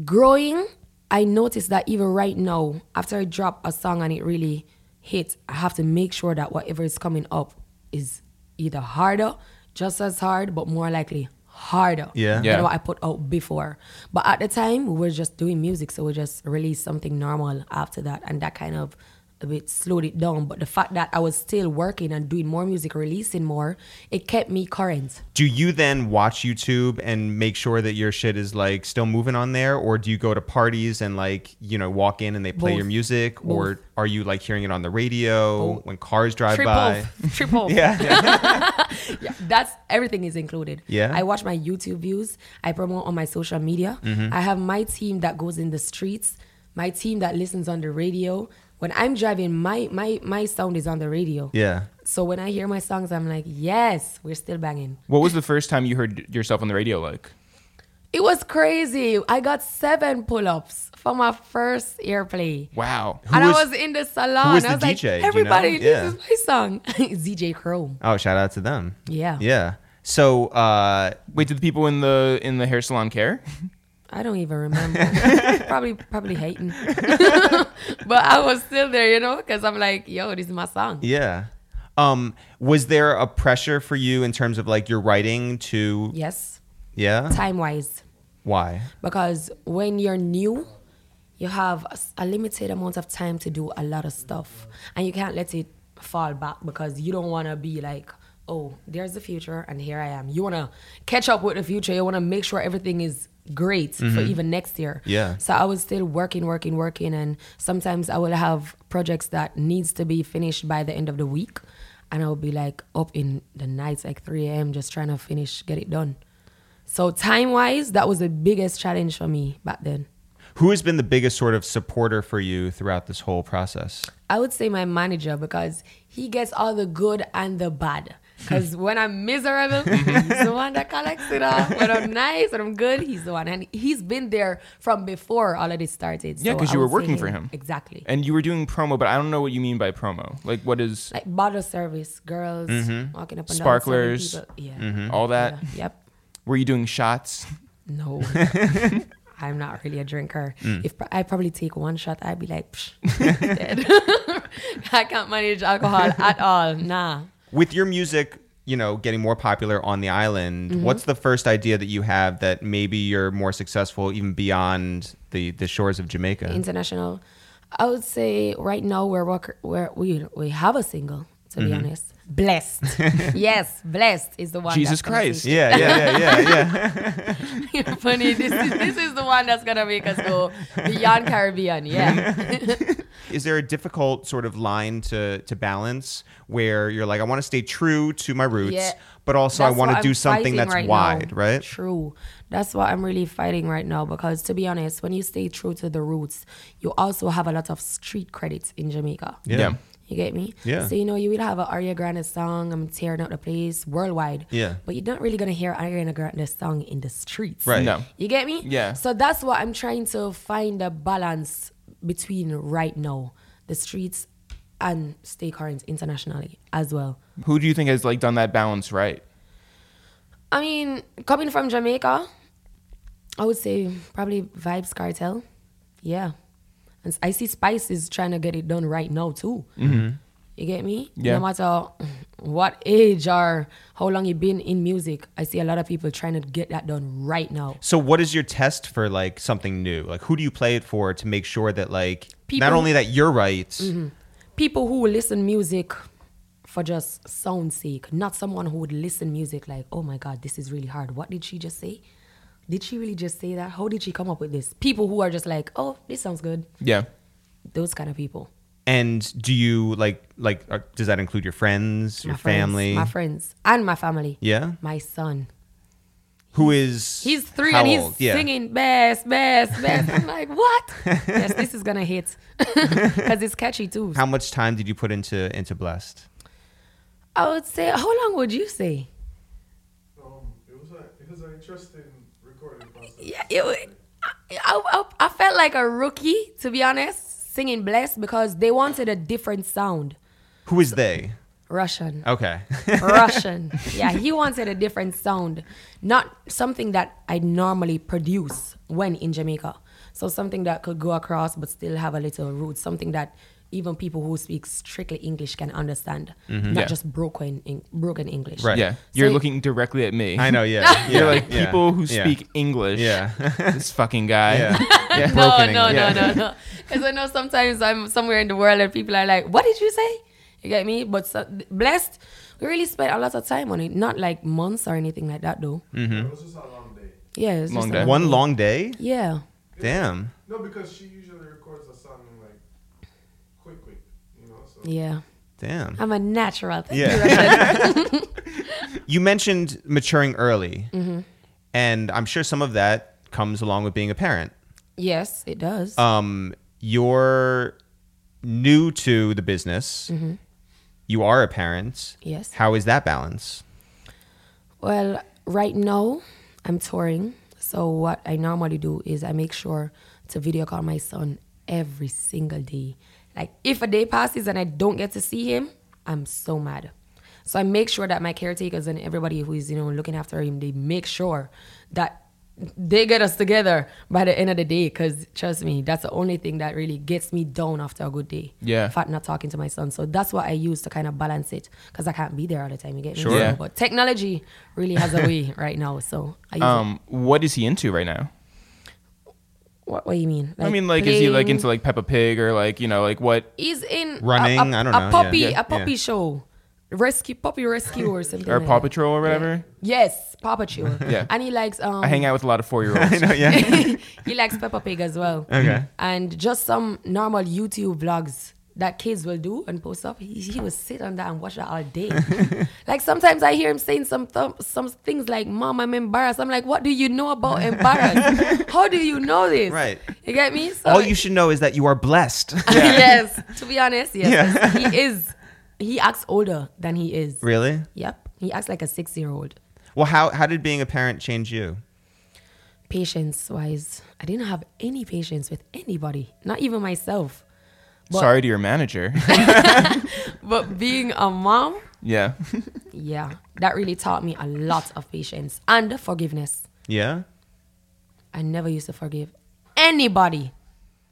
Speaker 3: growing, I noticed that even right now, after I drop a song and it really hits, I have to make sure that whatever is coming up is either harder, just as hard, but more likely harder
Speaker 1: Yeah.
Speaker 3: than
Speaker 2: Yeah.
Speaker 3: what I put out before. But at the time, we were just doing music, so we just released something normal after that, and that kind of a bit slowed it down. But the fact that I was still working and doing more music, releasing more, it kept me current.
Speaker 1: Do you then watch YouTube and make sure that your shit is like still moving on there, or do you go to parties and like you know walk in and they play
Speaker 3: Both.
Speaker 1: your music, or
Speaker 3: Both.
Speaker 1: are you like hearing it on the radio
Speaker 3: Both.
Speaker 1: when cars drive by?
Speaker 3: Triple, triple.
Speaker 1: Yeah, yeah.
Speaker 3: *laughs* yeah, that's everything is included.
Speaker 1: Yeah.
Speaker 3: I watch my YouTube views. I promote on my social media.
Speaker 1: Mm-hmm.
Speaker 3: I have my team that goes in the streets, my team that listens on the radio. When I'm driving, my my my sound is on the radio.
Speaker 1: yeah.
Speaker 3: So when I hear my songs, I'm like, yes, we're still banging.
Speaker 2: What was the first time you heard yourself on the radio? Like,
Speaker 3: It was crazy. I got seven pull-ups for my first airplay.
Speaker 2: wow.
Speaker 3: and
Speaker 1: was-
Speaker 3: I was in the salon.
Speaker 1: was
Speaker 3: I
Speaker 1: the
Speaker 3: was
Speaker 1: DJ, do you
Speaker 3: like,
Speaker 1: know?
Speaker 3: everybody,
Speaker 1: Yeah.
Speaker 3: this is my song. *laughs* ZJ Chrome.
Speaker 1: Oh, shout out to them.
Speaker 3: Yeah.
Speaker 1: Yeah. So uh,
Speaker 2: Wait, did the people in the in the hair salon care?
Speaker 3: I don't even remember. probably, probably hating. but I was still there, you know, because I'm like, yo, this is my song.
Speaker 1: Yeah. Um, was there a pressure for you in terms of like your writing to
Speaker 3: Yes,
Speaker 1: yeah?
Speaker 3: time-wise.
Speaker 1: Why?
Speaker 3: because when you're new you have a s- a limited amount of time to do a lot of stuff and you can't let it fall back because you don't want to be like oh there's the future and here i am you want to catch up with the future you want to make sure everything is great for even next year
Speaker 1: Yeah.
Speaker 3: so i was still working working working and sometimes i will have projects that needs to be finished by the end of the week and i will be like up in the nights like 3 a.m just trying to finish get it done so time wise, that was the biggest challenge for me back then.
Speaker 1: Who has been the biggest sort of supporter for you throughout this whole process?
Speaker 3: I would say my manager because he gets all the good and
Speaker 2: *laughs*
Speaker 3: the bad. Because when I'm miserable, he's the one that collects it all. When I'm nice, when I'm good, he's the one. And he's been there from before all of this started.
Speaker 2: Yeah,
Speaker 3: So
Speaker 2: 'cause
Speaker 3: I
Speaker 2: you were
Speaker 3: would say
Speaker 2: working for him.
Speaker 3: Exactly.
Speaker 2: And you were doing promo, but I don't know what you mean by promo. Like, what is
Speaker 3: Like bottle service, girls walking up and down.
Speaker 2: Mm-hmm.
Speaker 3: serving
Speaker 2: Sparklers. Mm-hmm.
Speaker 3: people. Yeah.
Speaker 2: all that?
Speaker 3: Yeah. Yep.
Speaker 2: Were you doing shots? *laughs*
Speaker 3: No. *laughs* I'm not really a drinker.
Speaker 2: Mm.
Speaker 3: If pr- I probably take one shot, I'd be
Speaker 2: *laughs*
Speaker 3: like, Psh, dead. *laughs* I can't manage alcohol at all. Nah.
Speaker 1: With your music, you know, getting more popular on the island,
Speaker 3: Mm-hmm.
Speaker 1: what's the first idea that you have that maybe you're more successful even beyond the the shores of Jamaica?
Speaker 3: international. I would say right now we're work, we're, we we have a single to be
Speaker 1: Mm-hmm.
Speaker 3: honest.
Speaker 1: *laughs*
Speaker 3: Blessed, yes, blessed is the one.
Speaker 2: Jesus
Speaker 3: that's gonna
Speaker 2: Christ.
Speaker 3: make-
Speaker 1: yeah, yeah, yeah,
Speaker 3: *laughs*
Speaker 1: yeah, yeah.
Speaker 3: funny. This is this is the one that's gonna make us go beyond Caribbean.
Speaker 1: *laughs*
Speaker 3: Yeah,
Speaker 1: Is there a difficult sort of line to to balance where you're like, I want to stay true to my roots,
Speaker 3: Yeah.
Speaker 1: but also I
Speaker 3: That's
Speaker 1: want
Speaker 3: what
Speaker 1: to
Speaker 3: I'm
Speaker 1: do something
Speaker 3: fighting
Speaker 1: that's
Speaker 3: right now.
Speaker 1: wide, right?
Speaker 3: True. That's what I'm really fighting right now because to be honest, when you stay true to the roots, you also have a lot of street credits in Jamaica.
Speaker 2: Yeah.
Speaker 3: You get me?
Speaker 1: Yeah.
Speaker 3: So you know you will have an Ariana Grande song, I'm tearing up the place worldwide.
Speaker 1: Yeah.
Speaker 3: But you're not really gonna hear Ariana Grande song in the streets.
Speaker 1: Right.
Speaker 2: No.
Speaker 3: You get me?
Speaker 2: Yeah.
Speaker 3: So that's what I'm trying to find a balance between right now, the streets and stay current internationally as well.
Speaker 2: Who do you think has like done that balance right?
Speaker 3: I mean, coming from Jamaica, I would say probably Vibes Cartel. Yeah. And I see Spice is trying to get it done right now too. You get me?
Speaker 2: Yeah.
Speaker 3: No matter what age or how long you've been in music, I see a lot of people trying to get that done right now.
Speaker 1: So what is your test for like something new? Like who do you play it for to make sure that like
Speaker 3: People Mm-hmm.
Speaker 1: not
Speaker 3: who-
Speaker 1: only that you're right,
Speaker 3: People who listen music for just sound sake, not someone who would listen music like, oh my God, this is really hard. What did she just say? Did she really just say that? How did she come up with this? People who are just like, oh, this sounds good.
Speaker 2: Yeah.
Speaker 3: those kind of people.
Speaker 1: and do you like like uh, does that include your friends, your
Speaker 3: my friends,
Speaker 1: family?
Speaker 3: my friends, and my family.
Speaker 1: Yeah.
Speaker 3: my son.
Speaker 1: Who is
Speaker 3: He's three
Speaker 1: how
Speaker 3: and he's
Speaker 1: old? Yeah.
Speaker 3: singing best, best, best. I'm like,
Speaker 1: *laughs*
Speaker 3: what? yes, this is gonna hit because it's catchy too.
Speaker 1: How much time did you put into into Blessed?
Speaker 3: I would say, how long would you say?
Speaker 4: Um, it was a, it was an interesting recording process.
Speaker 3: Yeah, it, wa- I, I, I felt like a rookie to be honest, singing blessed because they wanted a different sound.
Speaker 1: Who is they?
Speaker 3: Russian.
Speaker 1: Okay. *laughs*
Speaker 3: *laughs* Russian. Yeah, he wanted a different sound, not something that I normally produce when in Jamaica. So something that could go across but still have a little root, something that even people who speak strictly English can understand, not
Speaker 2: Yeah.
Speaker 3: just broken in, broken English.
Speaker 1: Right.
Speaker 2: Yeah.
Speaker 1: So
Speaker 2: You're
Speaker 3: you-
Speaker 2: looking directly at me.
Speaker 1: I know,
Speaker 3: *laughs*
Speaker 1: yeah. yeah
Speaker 2: *laughs* You're like
Speaker 1: yeah,
Speaker 2: people who
Speaker 1: yeah,
Speaker 2: speak English.
Speaker 1: Yeah. *laughs*
Speaker 2: *laughs* This fucking guy.
Speaker 1: Yeah.
Speaker 2: Yeah.
Speaker 3: *laughs* No,
Speaker 1: Broken
Speaker 3: Oh, no, no,
Speaker 1: English.
Speaker 3: no, no. Because I know sometimes I'm somewhere in the world and people are like, "What did you say?" You get me? But so, blessed, we really spent a lot of time on it, not like months or anything like that, though.
Speaker 4: It was just a Mm. long day.
Speaker 3: Yeah, it was
Speaker 2: Long
Speaker 3: just a
Speaker 2: day.
Speaker 3: long
Speaker 1: One
Speaker 3: day.
Speaker 1: long day?
Speaker 3: Yeah.
Speaker 1: Damn.
Speaker 4: No, because she usually records a song in like quick, quick, you know. So
Speaker 3: Yeah.
Speaker 1: Damn.
Speaker 3: I'm a natural. Thank
Speaker 1: Yeah.
Speaker 3: you, Rashad.
Speaker 1: you mentioned maturing early, and I'm sure some of that comes along with being a parent.
Speaker 3: yes, it does.
Speaker 1: Um, you're new to the business. You are a parent.
Speaker 3: Yes.
Speaker 1: How is that *laughs* balance?
Speaker 3: well, right now I'm touring. So what I normally do is I make sure to video call my son every single day. Like if a day passes and I don't get to see him, I'm so mad. So I make sure that my caretakers and everybody who is, you know, looking after him, they make sure that they get us together by the end of the day. Cause trust me, that's the only thing that really gets me down after a good day.
Speaker 2: Yeah.
Speaker 3: Fa- not talking to my son. So that's what I use to kind of balance it because I can't be there all the time. You get me?
Speaker 2: Sure. Yeah.
Speaker 3: But technology really
Speaker 2: *laughs*
Speaker 3: has a way right now. So I use it.
Speaker 2: *laughs* Um, what is he into right now?
Speaker 3: What, what do you mean?
Speaker 2: I mean, like, is he like
Speaker 3: playing-
Speaker 2: into like Peppa Pig or like you know like what
Speaker 3: He's in a-
Speaker 1: Running?
Speaker 3: A,
Speaker 1: I don't know.
Speaker 3: A puppy,
Speaker 1: Yeah.
Speaker 3: a puppy
Speaker 1: Yeah.
Speaker 3: show, rescue puppy rescue or something.
Speaker 2: or
Speaker 3: like
Speaker 2: Paw
Speaker 3: that.
Speaker 2: Patrol or whatever?
Speaker 3: Yes, Paw Patrol.
Speaker 2: *laughs* Yeah.
Speaker 3: And he likes. Um,
Speaker 2: I hang out with a lot of
Speaker 1: *laughs*
Speaker 2: four year olds.
Speaker 1: No, yeah.
Speaker 3: *laughs* he likes Peppa Pig as well.
Speaker 2: Uh, Mm-hmm.
Speaker 1: Okay.
Speaker 3: And just some normal YouTube vlogs that kids will do and post up. He, he will sit on that and watch that all
Speaker 1: *laughs*
Speaker 3: day. like sometimes I hear him saying some th- some things like, "Mom, I'm embarrassed." I'm like, "What do you know
Speaker 1: *laughs*
Speaker 3: about embarrassed? How do you know this?"
Speaker 1: Right.
Speaker 3: You get me? So
Speaker 1: All
Speaker 3: *laughs*
Speaker 1: you should know is that you are blessed.
Speaker 3: yes. To be honest, yes. He is. He acts older than he is.
Speaker 1: really?
Speaker 3: Yep. He acts like a six year old.
Speaker 1: Well, how how did being a parent change you?
Speaker 3: Patience wise, I didn't have any patience with anybody, not even myself. But-
Speaker 2: Sorry to your
Speaker 3: *laughs*
Speaker 2: manager. *laughs*
Speaker 3: But being a mom,
Speaker 2: yeah.
Speaker 3: yeah, that really taught me a lot of patience and forgiveness.
Speaker 1: Yeah.
Speaker 3: I never used to forgive anybody.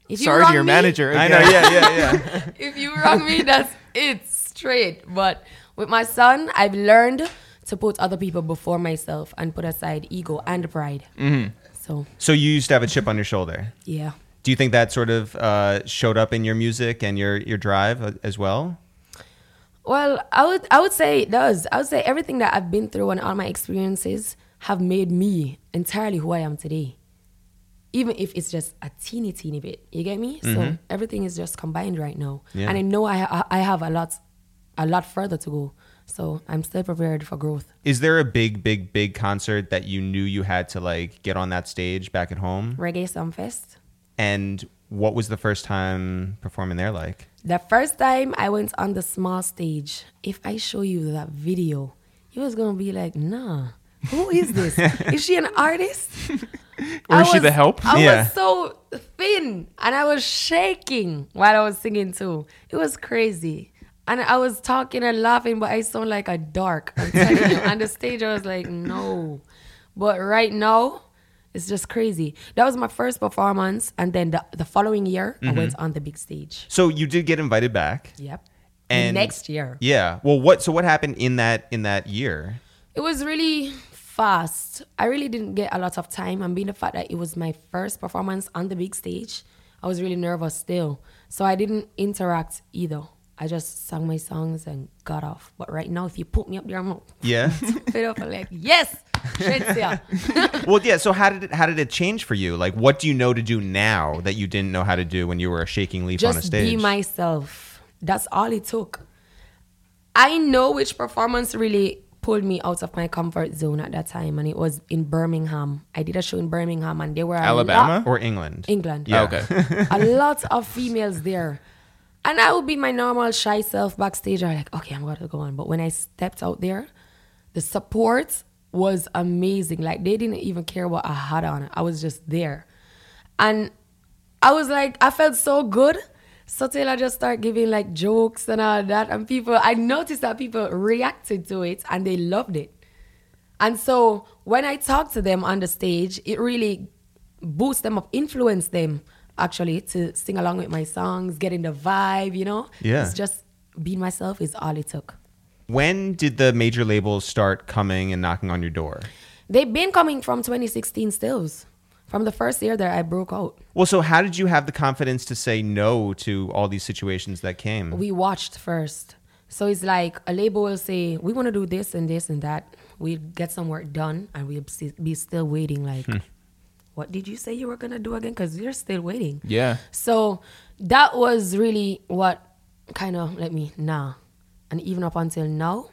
Speaker 3: If you
Speaker 2: Sorry to
Speaker 3: wrong
Speaker 2: your
Speaker 3: me-
Speaker 2: manager.
Speaker 1: I know,
Speaker 2: again.
Speaker 1: yeah, yeah, yeah.
Speaker 3: if you wrong me, that's it straight. But with my son, I've learned to put other people before myself and put aside ego and pride.
Speaker 2: Mm-hmm.
Speaker 3: So
Speaker 1: *laughs* so you used to have a chip on your shoulder.
Speaker 3: yeah,
Speaker 1: Do you think that sort of uh, showed up in your music and your your drive uh, as well?
Speaker 3: well, I would I would say it does. I would say everything that I've been through and all my experiences have made me entirely who I am today. Even if it's just a teeny teeny bit, you get me. So everything is just combined right now,
Speaker 1: Yeah.
Speaker 3: and I know I I- I have a lot, a lot further to go. So I'm still prepared for growth.
Speaker 1: Is there a big, big, big concert that you knew you had to like get on that stage back at home?
Speaker 3: Reggae Sumfest.
Speaker 1: And what was the first time performing there like?
Speaker 3: The first time I went on the small stage, if I show you that video, you was gonna be like, nah, who is
Speaker 2: *laughs*
Speaker 3: this? is she an artist?
Speaker 2: Or
Speaker 3: I
Speaker 2: is she
Speaker 3: was-
Speaker 2: the help?
Speaker 3: I
Speaker 1: Yeah.
Speaker 3: was so thin and I was shaking while I was singing too. It was crazy. And I was talking and laughing, but I sound like a dark.
Speaker 2: *laughs*
Speaker 3: I'm telling you. on the stage, I was like, no. But right now, it's just crazy. That was my first performance. And then the, the following year, I went
Speaker 2: Mm-hmm.
Speaker 3: on the big stage.
Speaker 1: So you did get invited back.
Speaker 3: Yep.
Speaker 1: And-
Speaker 3: next year.
Speaker 1: Yeah. Well, what? So what happened in that in that year?
Speaker 3: It was really fast. I really didn't get a lot of time. And being the fact that it was my first performance on the big stage, I was really nervous still. So I didn't interact either. I just sang my songs and got off. But right now, if you put me up there, I'm gonna *laughs*
Speaker 1: *laughs* Yeah.
Speaker 3: fit up and like, yes, Shensia.
Speaker 1: well, yeah. So how did it how did it change for you? Like, what do you know to do now that you didn't know how to do when you were a shaking leaf on a
Speaker 3: just
Speaker 1: stage?
Speaker 3: be myself. That's all it took. I know which performance really pulled me out of my comfort zone at that time, and it was in Birmingham. I did a show in Birmingham, and they were a
Speaker 2: Alabama?
Speaker 3: lot-
Speaker 1: or England.
Speaker 3: England.
Speaker 1: Yeah.
Speaker 2: Okay.
Speaker 3: *laughs* a lot of females there. And I would be my normal shy self backstage. I'm like, okay, I'm going to go on. But when I stepped out there, the support was amazing. Like, they didn't even care what I had on. I was just there. And I was like, I felt so good. So Taylor just started giving like jokes and all that. And people, I noticed that people reacted to it and they loved it. And so when I talk to them on the stage, it really boosts them up, influence them actually to sing along with my songs, getting the vibe, you know?
Speaker 1: Yeah.
Speaker 3: It's just being myself is all it took.
Speaker 1: When did the major labels start coming and knocking on your door?
Speaker 3: They've been coming from 2016 stills, from the first year that I broke out.
Speaker 1: Well, so how did you have the confidence to say no to all these situations that came?
Speaker 3: we watched first. So it's like a label will say, we want to do this and this and that. We get some work done and we'll s- be still waiting. Like, what did you say you were going to do again? Because you're still waiting.
Speaker 2: Yeah.
Speaker 3: So that was really what kind of let me, nah. And even up until now,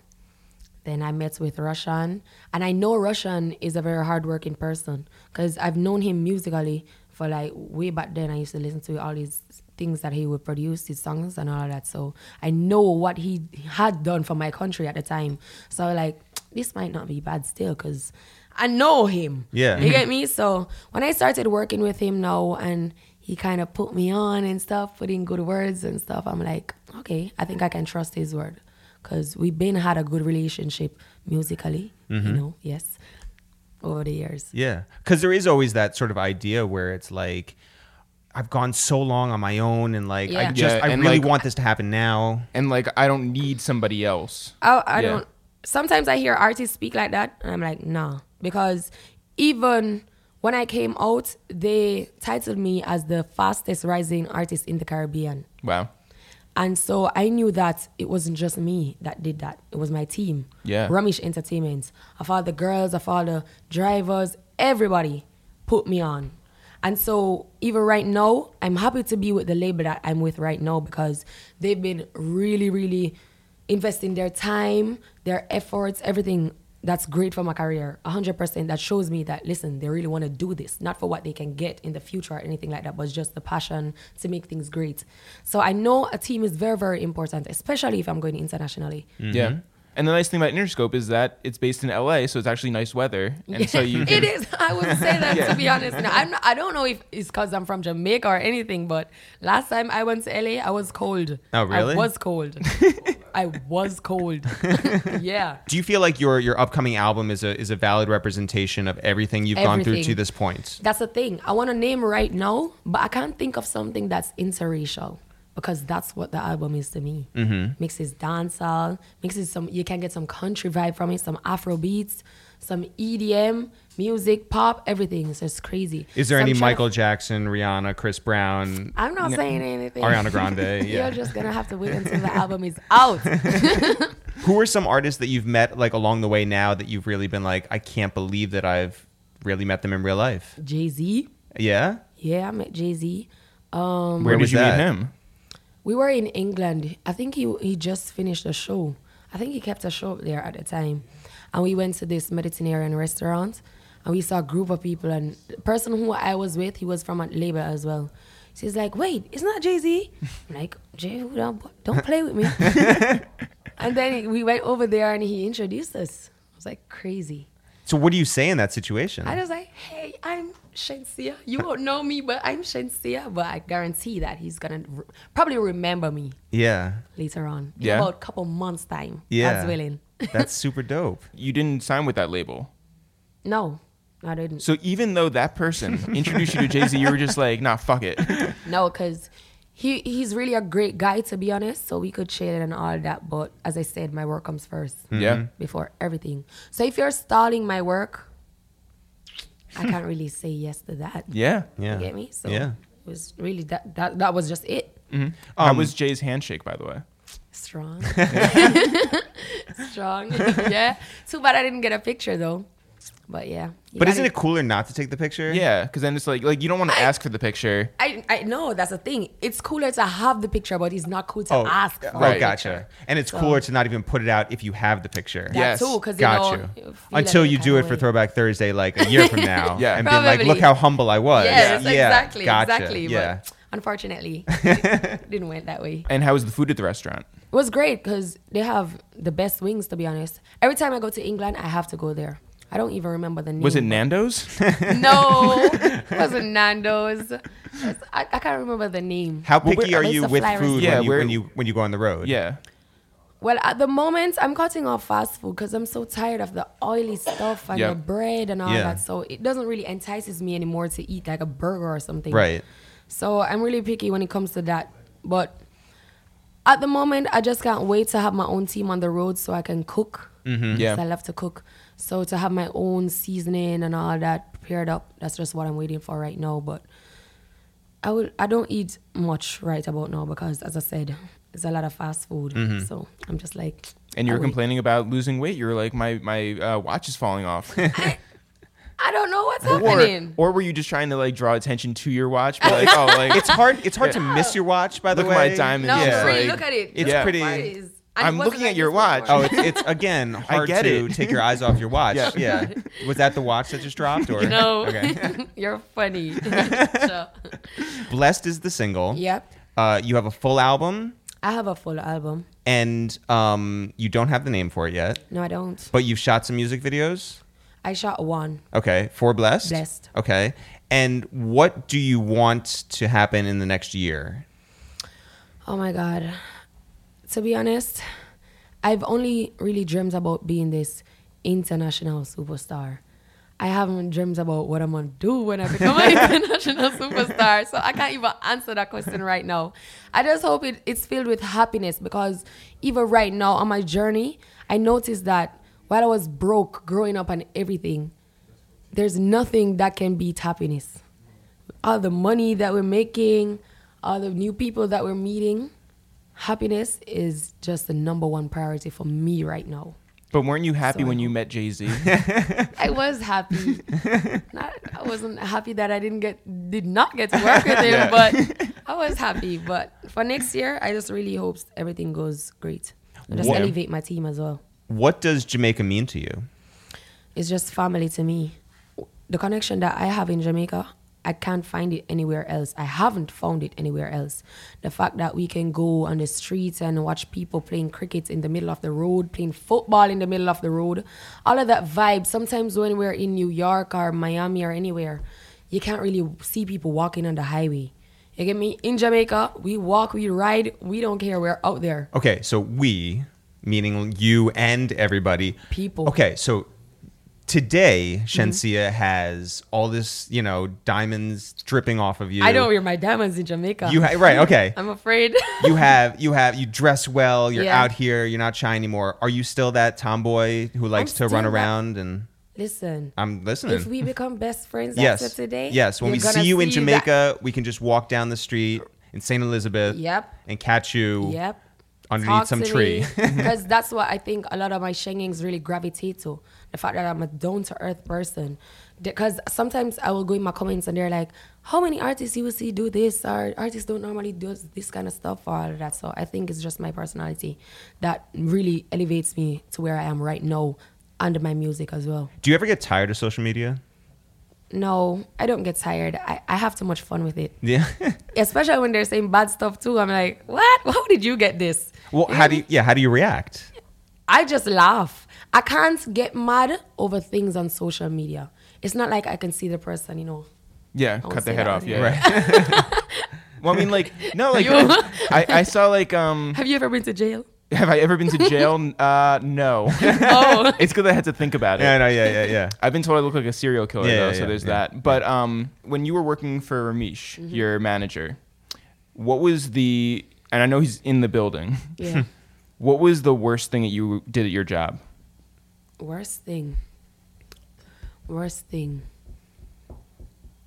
Speaker 3: then I met with Russian. And I know Russian is a very hardworking person because I've known him musically for like way back then. I used to listen to all these things that he would produce, his songs and all of that. So I know what he had done for my country at the time. So I was like, this might not be bad still because I know him.
Speaker 1: Yeah.
Speaker 3: You get me? So when I started working with him now and he kind of put me on and stuff, put in good words and stuff, I'm like, okay, I think I can trust his word because we've been had a good relationship musically, you know, yes, over the years.
Speaker 1: Yeah. Because there is always that sort of idea where it's like, I've gone so long on my own and like, I
Speaker 3: Yeah.
Speaker 1: just,
Speaker 2: Yeah,
Speaker 1: I
Speaker 2: and,
Speaker 1: really
Speaker 2: like-
Speaker 1: want this to happen now.
Speaker 2: And like, I don't need somebody else.
Speaker 3: I, I
Speaker 2: Yeah.
Speaker 3: don't. Sometimes I hear artists speak like that, and I'm like, nah, because even when I came out, they titled me as the fastest rising artist in the Caribbean.
Speaker 2: Wow.
Speaker 3: And so I knew that it wasn't just me that did that. It was my team.
Speaker 2: Yeah.
Speaker 3: Ramesh Entertainment. Of all the girls, of all the drivers, everybody put me on. And so even right now, I'm happy to be with the label that I'm with right now because they've been really, really investing their time, their efforts, everything that's great for my career 100% that shows me that listen they really want to do this not for what they can get in the future or anything like that but just the passion to make things
Speaker 1: Mm-hmm.
Speaker 3: great so i know a team is very very important especially if i'm going internationally
Speaker 2: Yeah. And the nice thing about Interscope is that it's based in LA, so it's actually nice weather, and so you
Speaker 3: *laughs* it
Speaker 2: can,
Speaker 3: is. I would say that to be honest. Now, I'm not, I don't know if it's because I'm from Jamaica or anything, but last time I went to LA, I was cold.
Speaker 1: Oh, really?
Speaker 3: I was
Speaker 1: *laughs*
Speaker 3: cold. I was cold. *laughs* yeah.
Speaker 1: Do you feel like your your upcoming album is a is a valid representation of everything you've gone through
Speaker 3: Everything.
Speaker 1: to this point?
Speaker 3: That's the thing. I want to name right now, but I can't think of something that's interracial because that's what the album is to me. Mm-hmm. Mixes dancehall, mixes some. You can get some country vibe from it, some Afro beats, some EDM music, pop, everything. It's just crazy.
Speaker 1: Is there
Speaker 3: So
Speaker 1: any
Speaker 3: I'm trying to-
Speaker 1: Michael Jackson, Rihanna, Chris
Speaker 3: *laughs*
Speaker 1: Brown,
Speaker 3: I'm not saying anything. *laughs*
Speaker 1: Ariana Grande?
Speaker 3: You're
Speaker 1: Yeah.
Speaker 3: just gonna have to wait
Speaker 1: *laughs*
Speaker 3: until the album is out.
Speaker 1: Who are some artists that you've met like along the way now that you've really been like, I can't believe that I've really met them in real life?
Speaker 3: Jay Z.
Speaker 1: Yeah.
Speaker 3: Yeah, I met Jay Z. Um,
Speaker 2: where
Speaker 1: was
Speaker 2: did you
Speaker 1: that?
Speaker 2: meet him?
Speaker 3: we were in England. I think he he just finished a show. I think he kept a show up there at the time, and we went to this Mediterranean restaurant, and we saw a group of people. And the person who I was with, he was from Labour as well. She's like, "Wait, it's not Jay Z?" I'm like, "Jay, don't don't play
Speaker 1: *laughs*
Speaker 3: with me." and then we went over there, and he introduced us. I was like, "Crazy."
Speaker 1: So what do you say in that situation?
Speaker 3: I was like, hey, I'm Shensia. You won't know me, but I'm Shensia. But I guarantee that he's gonna r probably remember me
Speaker 1: yeah.
Speaker 3: later on. In
Speaker 2: Yeah.
Speaker 3: about a couple months time.
Speaker 1: Yeah.
Speaker 3: God's willing.
Speaker 1: *laughs* That's super dope.
Speaker 2: You didn't sign with that label,
Speaker 3: *laughs* no, I didn't.
Speaker 2: so even though that
Speaker 3: *laughs*
Speaker 2: person introduced you to Jay Z, you were just like, nah, fuck it.
Speaker 3: No, because he he's really a great guy to be honest. So we could share it and all that. But as I said, my work comes first
Speaker 1: Mm-hmm.
Speaker 2: Yeah,
Speaker 3: before everything. So if you're stalling my work, I can't really say yes to that.
Speaker 2: yeah.
Speaker 1: Yeah.
Speaker 3: You get me? So
Speaker 1: Yeah.
Speaker 3: it was really that that that was just it.
Speaker 1: Um,
Speaker 2: How was Jay's handshake, by the way?
Speaker 3: Strong. Strong. *laughs* yeah. Too bad I didn't get a picture though. But yeah. You
Speaker 1: But
Speaker 3: gotta-
Speaker 1: isn't it cooler not to take the picture?
Speaker 2: Yeah, because then it's like, like you don't want to ask for the picture.
Speaker 3: I, I know that's the thing. It's cooler to have the picture, but it's not cool to
Speaker 1: Oh,
Speaker 3: ask.
Speaker 1: oh,
Speaker 3: For
Speaker 2: Right.
Speaker 3: it.
Speaker 1: gotcha. And it's cooler to not even put it out if you have the picture.
Speaker 3: That
Speaker 2: Yes,
Speaker 3: too, because
Speaker 1: Got
Speaker 3: you know,
Speaker 1: you.
Speaker 3: feel like
Speaker 1: Until
Speaker 3: that
Speaker 1: you
Speaker 3: kinda
Speaker 1: do it for
Speaker 3: way.
Speaker 1: Throwback Thursday, like a year from now,
Speaker 3: *laughs*
Speaker 2: Yeah.
Speaker 1: and be like,
Speaker 3: Probably.
Speaker 1: "Look how humble I was."
Speaker 3: Yes,
Speaker 1: Yeah.
Speaker 3: exactly,
Speaker 1: Gotcha.
Speaker 3: exactly.
Speaker 1: Yeah,
Speaker 3: But unfortunately, it didn't went that way.
Speaker 2: And how was the food at the restaurant?
Speaker 3: It was great because they have the best wings. To be honest, every time I go to England, I have to go there. I don't even remember the name.
Speaker 2: Was it
Speaker 3: *laughs*
Speaker 2: Nando's?
Speaker 1: *laughs*
Speaker 3: No, it wasn't Nando's. It's- I, I can't remember the name.
Speaker 1: how
Speaker 2: Well,
Speaker 1: picky
Speaker 2: we're-
Speaker 1: are
Speaker 3: it's
Speaker 1: you
Speaker 3: a
Speaker 1: with
Speaker 3: fly
Speaker 1: food
Speaker 2: restaurant.
Speaker 1: when, you, when
Speaker 2: Yeah, we're-
Speaker 1: you when you go on the road?
Speaker 2: yeah.
Speaker 3: Well, at the moment, I'm cutting off fast food because I'm so tired of the oily stuff and
Speaker 2: Yeah.
Speaker 3: the bread and all
Speaker 1: Yeah.
Speaker 3: that. So it doesn't really entices me anymore to eat like a burger or something.
Speaker 1: right.
Speaker 3: So I'm really picky when it comes to that. But at the moment, I just can't wait to have my own team on the road so I can cook. Mm-hmm.
Speaker 2: Yeah.
Speaker 3: I love to cook. So to have my own seasoning and all that prepared up, that's just what I'm waiting for right now. But I will. I don't eat much right about now because, as I said, it's a lot of fast food.
Speaker 2: Mm-hmm.
Speaker 3: So I'm just like.
Speaker 2: And you
Speaker 3: I
Speaker 2: were
Speaker 3: wait.
Speaker 2: complaining about losing weight. You were like, my my uh, watch is falling
Speaker 3: *laughs*
Speaker 2: off.
Speaker 3: I don't know what's
Speaker 2: or,
Speaker 3: happening.
Speaker 2: or were you just trying to like draw attention to your watch?
Speaker 3: *laughs*
Speaker 2: Be like, oh, like
Speaker 1: It's hard. It's hard to miss your watch. By the
Speaker 2: Look at
Speaker 1: way,
Speaker 2: my diamond.
Speaker 3: no,
Speaker 2: yeah.
Speaker 3: for real,
Speaker 2: Like,
Speaker 3: look at it.
Speaker 1: it's
Speaker 3: Look at
Speaker 1: pretty-
Speaker 3: what it is. And
Speaker 2: I'm
Speaker 3: it wasn't
Speaker 2: looking
Speaker 3: like
Speaker 2: at your
Speaker 3: this before.
Speaker 2: watch.
Speaker 1: Oh, it's, it's again hard
Speaker 2: get
Speaker 1: to
Speaker 2: it.
Speaker 1: take your eyes off your watch.
Speaker 2: Yeah.
Speaker 1: Yeah. Was that the watch that just dropped? Or
Speaker 2: *laughs*
Speaker 3: No,
Speaker 1: Okay.
Speaker 3: *laughs* you're funny. So-
Speaker 1: Blessed is the single.
Speaker 3: Yep.
Speaker 1: Uh, you have a full album,
Speaker 3: I have a full album.
Speaker 1: and um, you don't have the name for it yet,
Speaker 3: No, I don't.
Speaker 1: but you've shot some music videos.
Speaker 3: I shot one.
Speaker 1: Okay, for blessed.
Speaker 3: Blessed.
Speaker 1: Okay, and what do you want to happen in the next year?
Speaker 3: Oh my God. To be honest, I've only really dreamt about being this international superstar. I haven't dreamt about what I'm gonna do when I become *laughs* an international superstar. So I can't even answer that question right now. I just hope it, it's filled with happiness because even right now on my journey, I noticed that while I was broke growing up and everything, there's nothing that can beat happiness. All uh, the money that we're making, all the new people that we're meeting, happiness is just the number one priority for me right now.
Speaker 2: but weren't you happy
Speaker 3: So
Speaker 2: when
Speaker 3: I
Speaker 2: you met Jay Z?
Speaker 3: I was happy. Not, I wasn't happy that I didn't get, did not get to work with him,
Speaker 2: Yeah.
Speaker 3: but I was happy. But for next year, I just really hope everything goes great. I just
Speaker 1: What-
Speaker 3: elevate my team as well.
Speaker 1: What does Jamaica mean to you?
Speaker 3: It's just family to me. The connection that I have in Jamaica, I can't find it anywhere else. I haven't found it anywhere else. The fact that we can go on the streets and watch people playing cricket in the middle of the road, playing football in the middle of the road, all of that vibe. Sometimes when we're in New York or Miami or anywhere, you can't really see people walking on the highway. You get me? In Jamaica, we walk, we ride, we don't care. We're out there.
Speaker 1: Okay, so we, meaning you and everybody,
Speaker 3: People. Mm-hmm.
Speaker 1: Okay, so today Shensia has all this, you know, diamonds dripping off of you.
Speaker 3: I don't wear my diamonds in Jamaica.
Speaker 1: You ha- right?
Speaker 3: *laughs*
Speaker 1: Okay.
Speaker 3: I'm afraid.
Speaker 1: you have you have you dress well. You're
Speaker 3: Yeah.
Speaker 1: out here. You're not shy anymore. Are you still that tomboy who likes to
Speaker 3: still
Speaker 1: run
Speaker 3: that-
Speaker 1: around? And
Speaker 3: Listen,
Speaker 1: I'm listening.
Speaker 3: if we become best friends
Speaker 1: yes.
Speaker 3: after today,
Speaker 1: yes. When
Speaker 3: you're
Speaker 1: we
Speaker 3: gonna
Speaker 1: see you in
Speaker 3: that-
Speaker 1: Jamaica, we can just walk down the street in Saint Elizabeth.
Speaker 3: Yep.
Speaker 1: And catch you.
Speaker 3: Yep.
Speaker 1: Underneath some
Speaker 3: *laughs*
Speaker 1: tree.
Speaker 3: Because that's what I think a lot of my shengings really gravitate to. The fact that I'm a down to earth person. Because sometimes I will go in my comments and they're like, how many artists you will see do this? Or artists don't normally do this kind of stuff or all of that. So I think it's just my personality that really elevates me to where I am right now under my music as well.
Speaker 1: *laughs* Do you ever get tired of social media? *laughs*
Speaker 3: No, I don't get tired. I, I have too much fun with it.
Speaker 1: Yeah.
Speaker 3: Especially when they're saying bad stuff too. I'm like, what? How did you get this?
Speaker 1: well, how do you? Yeah. How do you react?
Speaker 3: I just laugh. I can't get mad over things on social media. It's not like I can see the person, you know.
Speaker 2: Yeah,
Speaker 3: won't
Speaker 2: cut the
Speaker 3: say
Speaker 2: head
Speaker 3: that
Speaker 2: off.
Speaker 3: one.
Speaker 2: Yeah.
Speaker 1: Right. *laughs*
Speaker 2: Well, I mean, like, no, like, *laughs*
Speaker 3: You-
Speaker 2: I, I saw like, um,
Speaker 3: Have you ever been to jail?
Speaker 2: have I ever been to jail? Uh, no. *laughs*
Speaker 3: Oh,
Speaker 2: it's because I had to think about it.
Speaker 1: yeah. No. Yeah. Yeah. Yeah.
Speaker 2: I've been told I look like a serial killer
Speaker 1: Yeah,
Speaker 2: though,
Speaker 1: yeah,
Speaker 2: so
Speaker 1: yeah,
Speaker 2: there's
Speaker 1: yeah.
Speaker 2: that. But um, when you were working for Ramesh, your manager, what was the? And I know he's in the building.
Speaker 3: yeah.
Speaker 2: What was the worst thing that you did at your job?
Speaker 3: Worst thing. Worst thing.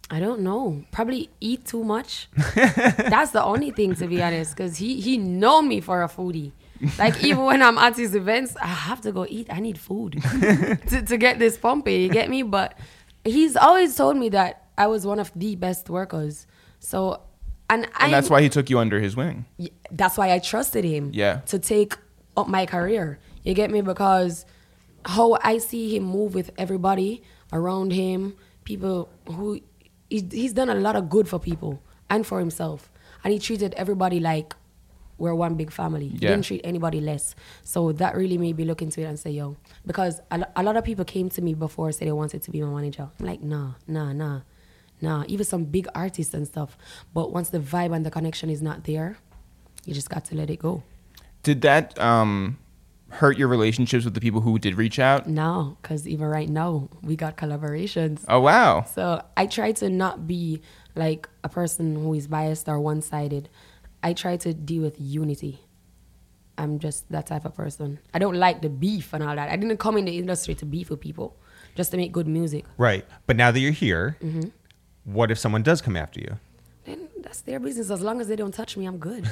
Speaker 3: I don't know. Probably eat
Speaker 2: *laughs*
Speaker 3: too much. That's the only thing, to be honest, because he he known me for a foodie. Like even when I'm at his events, I have to go eat. I need
Speaker 2: *laughs*
Speaker 3: food to, to get this pumping. You get me? But he's always told me that I was one of the best workers. So, and, I
Speaker 2: And that's why he took you under his wing.
Speaker 3: y- that's why I trusted him.
Speaker 2: Yeah.
Speaker 3: To take up my career. You get me? Because how I see him move with everybody around him, people who he, he's done a lot of good for people and for himself. And he treated everybody like we're one big family. He
Speaker 2: Yeah.
Speaker 3: didn't treat anybody less. So that really made me look into it and say, yo, because a, lo- a lot of people came to me before and said they wanted to be my manager. I'm like, nah, nah, nah, nah. Even some big artists and stuff. But once the vibe and the connection is not there, you just got to let it go.
Speaker 2: Did that um, hurt your relationships with the people who did reach out?
Speaker 3: Now, because even right now, we got collaborations.
Speaker 2: Oh wow!
Speaker 3: So I try to not be like a person who is biased or one sided. I try to deal with unity. I'm just that type of person. I don't like the beef and all that. I didn't come in the industry to beef with people, just to make good music.
Speaker 1: Right. But now that you're here,
Speaker 3: Mm-hmm.
Speaker 1: what if someone does come after you?
Speaker 3: Then that's their business. As long as they don't touch me, I'm good.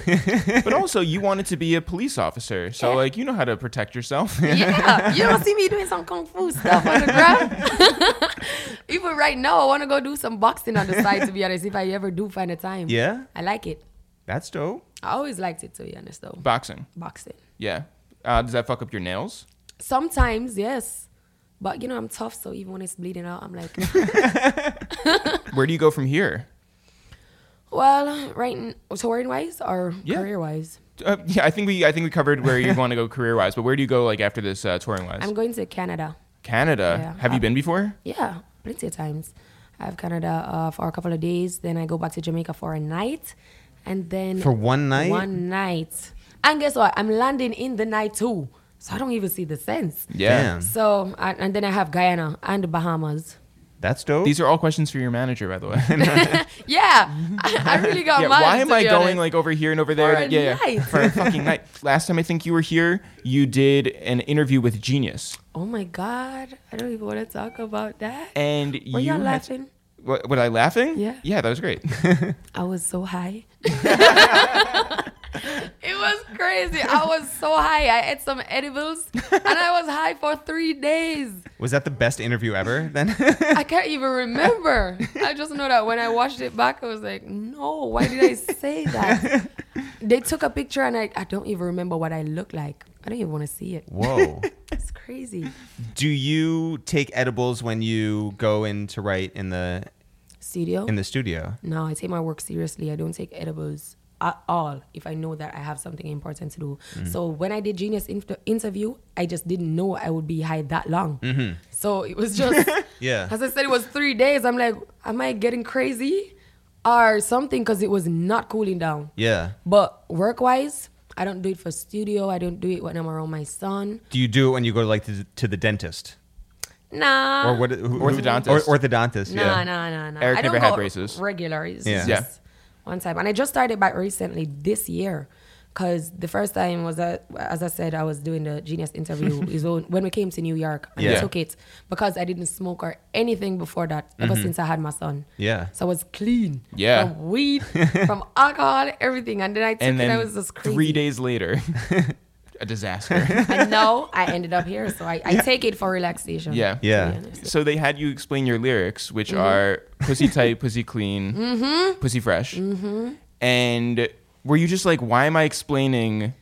Speaker 2: but also, you wanted to be a police officer, so like you know how to protect yourself. *laughs*
Speaker 3: yeah, you don't see me doing some kung fu stuff on the ground. *laughs* Even right now, I want to go do some boxing on the side. To be honest, if I ever do find the time,
Speaker 1: Yeah.
Speaker 3: I like it.
Speaker 1: That's dope.
Speaker 3: I always liked it. To be honest, though,
Speaker 2: Boxing.
Speaker 3: boxing.
Speaker 2: Yeah. Uh, does that fuck up your nails?
Speaker 3: Sometimes, yes. But you know, I'm tough, so even when it's bleeding out, I'm like, *laughs*
Speaker 2: Where do you go from here?
Speaker 3: well, right, n- touring wise or
Speaker 2: Yeah.
Speaker 3: career wise,
Speaker 2: Uh, yeah, I think we I think we covered where you want to go career wise, but where do you go like after this uh, touring wise?
Speaker 3: I'm going to Canada.
Speaker 2: Canada.
Speaker 3: Yeah.
Speaker 2: Have you been before?
Speaker 3: Yeah, plenty of times. I have Canada uh, for a couple of days, then I go back to Jamaica for a night, and then
Speaker 1: For one night?
Speaker 3: one night. And guess what? I'm landing in the night too, so I don't even see the sense.
Speaker 2: Yeah.
Speaker 1: Damn.
Speaker 3: So, and and then I have Guyana and the Bahamas.
Speaker 1: That's dope.
Speaker 2: These are all questions for your manager, by the way.
Speaker 3: Yeah, *laughs* I, I really got
Speaker 2: yeah,
Speaker 3: mine.
Speaker 2: why am
Speaker 3: to
Speaker 2: I
Speaker 3: be
Speaker 2: going
Speaker 3: honest.
Speaker 2: like over here and over there?
Speaker 3: For a
Speaker 2: yeah, yeah.
Speaker 3: night.
Speaker 2: For a
Speaker 3: *laughs*
Speaker 2: fucking night. Last time I think you were here, you did an interview with Genius,
Speaker 3: Oh my God, I don't even want to talk about that.
Speaker 2: and you
Speaker 3: Were
Speaker 2: had-
Speaker 3: y'all laughing?
Speaker 2: What, was I laughing?
Speaker 3: Yeah.
Speaker 2: Yeah, that was great.
Speaker 3: I was so *laughs* high. it was crazy. I was so high. I ate some edibles and I was high for three days.
Speaker 1: Was that the best interview ever? Then *laughs*
Speaker 3: I can't even remember. I just know that when I watched it back, I was like, no, why did I say *laughs* that? They took a picture and I, I don't even remember what I looked like. I don't even want to see it.
Speaker 1: *laughs* whoa.
Speaker 3: It's crazy.
Speaker 1: Do you take edibles when you go in to write in the
Speaker 3: studio.
Speaker 1: in the studio.
Speaker 3: No, I take my work seriously. I don't take edibles at all if I know that I have something important to do.
Speaker 1: Mm-hmm.
Speaker 3: So when I did Genius inf- interview, I just didn't know I would be high that long. So it was just,
Speaker 1: Mm-hmm. *laughs* Yeah.
Speaker 3: As I said, it was three days. I'm like, am I getting crazy or something? Because it was not cooling down.
Speaker 1: Yeah.
Speaker 3: But work wise, I don't do it for studio. I don't do it when I'm around my son.
Speaker 1: Do you do it when you go like to, to the dentist
Speaker 3: Nah.
Speaker 1: or what? who-
Speaker 2: Orthodontist.
Speaker 1: Or, orthodontist.
Speaker 3: Uh, No,
Speaker 1: yeah.
Speaker 3: no, no, no.
Speaker 2: Eric
Speaker 3: I don't
Speaker 2: never had
Speaker 3: go
Speaker 2: braces.
Speaker 3: Regular. It's
Speaker 1: Yeah.
Speaker 3: just
Speaker 2: Yeah.
Speaker 3: one time. And I just started back recently this year because the first time was, that, as I said, I was doing the genius
Speaker 2: *laughs*
Speaker 3: interview is when when we came to New York and
Speaker 1: Yeah.
Speaker 3: I took it because I didn't smoke or anything before that ever since I had my son.
Speaker 1: Yeah.
Speaker 3: So I was clean.
Speaker 2: Mm-hmm. Yeah.
Speaker 3: From weed,
Speaker 2: *laughs*
Speaker 3: from alcohol, everything. And then I took
Speaker 2: and
Speaker 3: it.
Speaker 2: then
Speaker 3: I was just crazy.
Speaker 2: three days later, *laughs* a
Speaker 3: *laughs*
Speaker 2: disaster.
Speaker 3: And now I ended up here. So I, I take it for relaxation.
Speaker 2: Yeah.
Speaker 3: to be
Speaker 1: Yeah.
Speaker 3: honest.
Speaker 2: so they had you explain your lyrics, which
Speaker 3: Mm-hmm.
Speaker 2: are
Speaker 3: *laughs*
Speaker 2: pussy tight, pussy clean, pussy fresh.
Speaker 3: Mm-hmm.
Speaker 2: And were you just like, why am I explaining?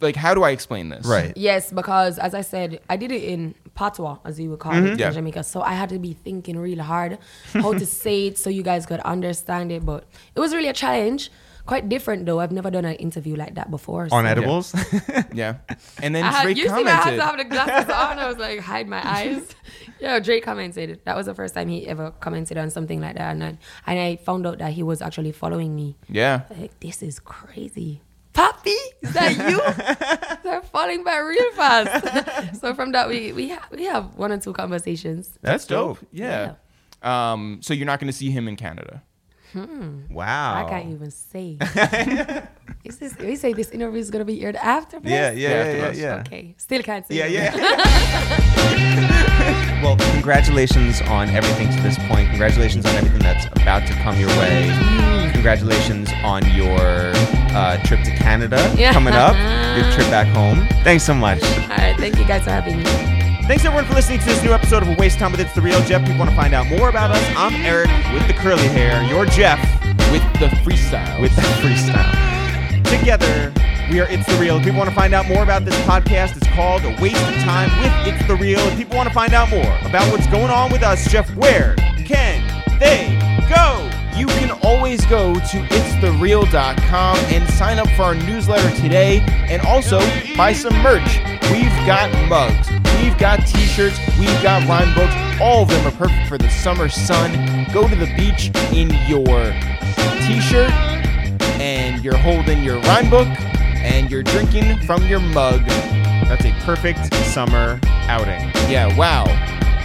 Speaker 2: Like, how do I explain this?
Speaker 1: Right.
Speaker 3: Yes, because as I said, I did it in patois, as we would call it in
Speaker 2: Mm-hmm. Yeah.
Speaker 3: Jamaica. So I had to be thinking real hard how
Speaker 2: *laughs*
Speaker 3: to say it so you guys could understand it. But it was really a challenge. Quite different though. I've never done an interview like that before.
Speaker 1: On
Speaker 3: so-
Speaker 1: edibles. *laughs*
Speaker 2: Yeah. And then
Speaker 3: *laughs* I had,
Speaker 2: Drake
Speaker 3: you see, I had
Speaker 2: commented.
Speaker 3: to have the
Speaker 2: *laughs*
Speaker 3: glasses on. I was like, hide my eyes. Yo, Drake commented. That was the first time he ever commented on something like that, and I, and I found out that he was actually following me.
Speaker 2: yeah.
Speaker 3: Like, this is crazy. Poppy, is that
Speaker 1: *laughs*
Speaker 3: you? They're falling back real fast. *laughs* so from that, we we have we have one or two conversations.
Speaker 2: That's dope. Yeah. Um, so you're not going to see him in Canada.
Speaker 1: Wow.
Speaker 3: I can't
Speaker 1: Oh. *laughs*
Speaker 3: even say. is this? We say this interview is gonna be aired after. this?
Speaker 1: Yeah, yeah, yeah,
Speaker 2: after
Speaker 1: yeah,
Speaker 2: us.
Speaker 1: yeah.
Speaker 3: Okay, still can't say.
Speaker 1: Yeah,
Speaker 3: it.
Speaker 1: yeah. *laughs* well, congratulations on everything to this point. Congratulations on everything that's about to come your way. Congratulations on your uh, trip to Canada
Speaker 3: Yeah.
Speaker 1: coming up, your trip back home. Thanks so much.
Speaker 3: All right, thank you guys for having me.
Speaker 1: Thanks everyone for listening to this new episode of Waste Time with It's the Real Jeff. If you want to find out more about us, I'm Eric with the curly hair. You're Jeff
Speaker 2: With the freestyle.
Speaker 1: with the freestyle. Together, we are It's the Real. If people want to find out more about this podcast, it's called A Waste of Time with It's the Real. If people want to find out more about what's going on with us, Jeff, where can they go?
Speaker 2: You can always go to itsthereal.com and sign up for our newsletter today and also buy some merch. We've got mugs, we've got t shirts, we've got rhyme books. All of them are perfect for the summer sun. Go to the beach in your t shirt and you're holding your rhyme book and you're drinking from your mug.
Speaker 1: That's a perfect summer outing.
Speaker 2: Yeah, wow.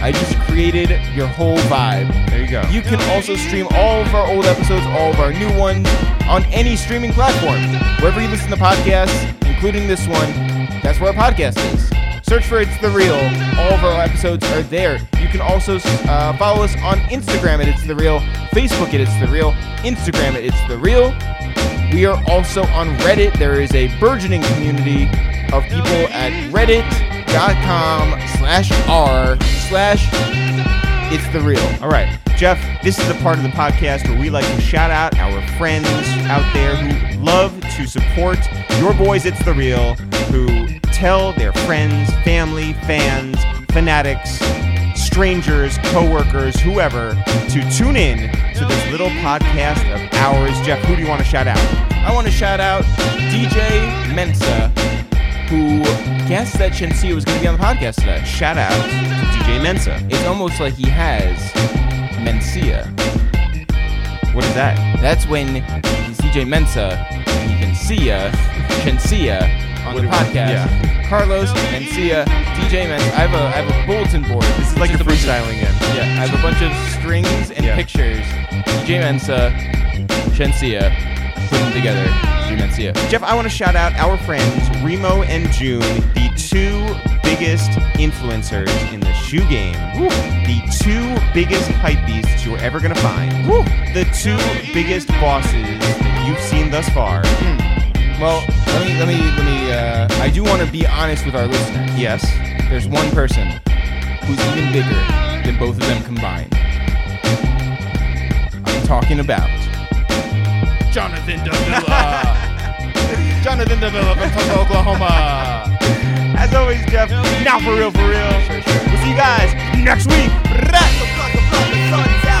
Speaker 2: I just created your whole vibe.
Speaker 1: There you go.
Speaker 2: You can also stream all of our old episodes, all of our new ones, on any streaming platform. Wherever you listen to podcasts, including this one, that's where our podcast is. Search for It's The Real. All of our episodes are there. You can also uh, follow us on Instagram at It's The Real, Facebook at It's The Real, Instagram at It's The Real. We are also on Reddit. There is a burgeoning community of people at reddit.com slash r slash It's The Real.
Speaker 1: All right, Jeff, this is the part of the podcast where we like to shout out our friends out there who love to support your boys, It's The Real, who tell their friends, family, fans, fanatics, strangers, coworkers, whoever, to tune in to this little podcast of ours. Jeff, who do you want to shout out?
Speaker 2: I want to shout out DJ Mensa, who guessed that Shensia was going to be on the podcast today.
Speaker 1: Shout out to DJ Mensa.
Speaker 2: It's almost like he has Mencia.
Speaker 1: What is that?
Speaker 2: That's when he's DJ Mensa and he can see ya, Shensia on
Speaker 1: What
Speaker 2: the
Speaker 1: do we-
Speaker 2: podcast.
Speaker 1: yeah.
Speaker 2: Carlos, Mencia, DJ Mensa. I have a, I have a bulletin board.
Speaker 1: This is like
Speaker 2: It's
Speaker 1: you're
Speaker 2: just a bunch of-
Speaker 1: freestyling in.
Speaker 2: yeah, I have a bunch of strings and
Speaker 1: Yeah.
Speaker 2: pictures. DJ Mensa, Shensia, put them together. DJ Mencia.
Speaker 1: Jeff, I want to shout out our friends Remo and June, the two biggest influencers in the shoe game, the two biggest hype beasts you're ever going to find, the two biggest bosses that you've seen thus far.
Speaker 2: Well, let me let me let me. Uh, I do want to be honest with our listeners.
Speaker 1: Yes.
Speaker 2: There's one person who's even bigger than both of them combined. I'm talking about Jonathan Davila. Jonathan Davila from Tulsa, Oklahoma.
Speaker 1: As always, Jeff, now for real, for real.
Speaker 2: Sure, sure.
Speaker 1: We'll see you guys next week. Rah!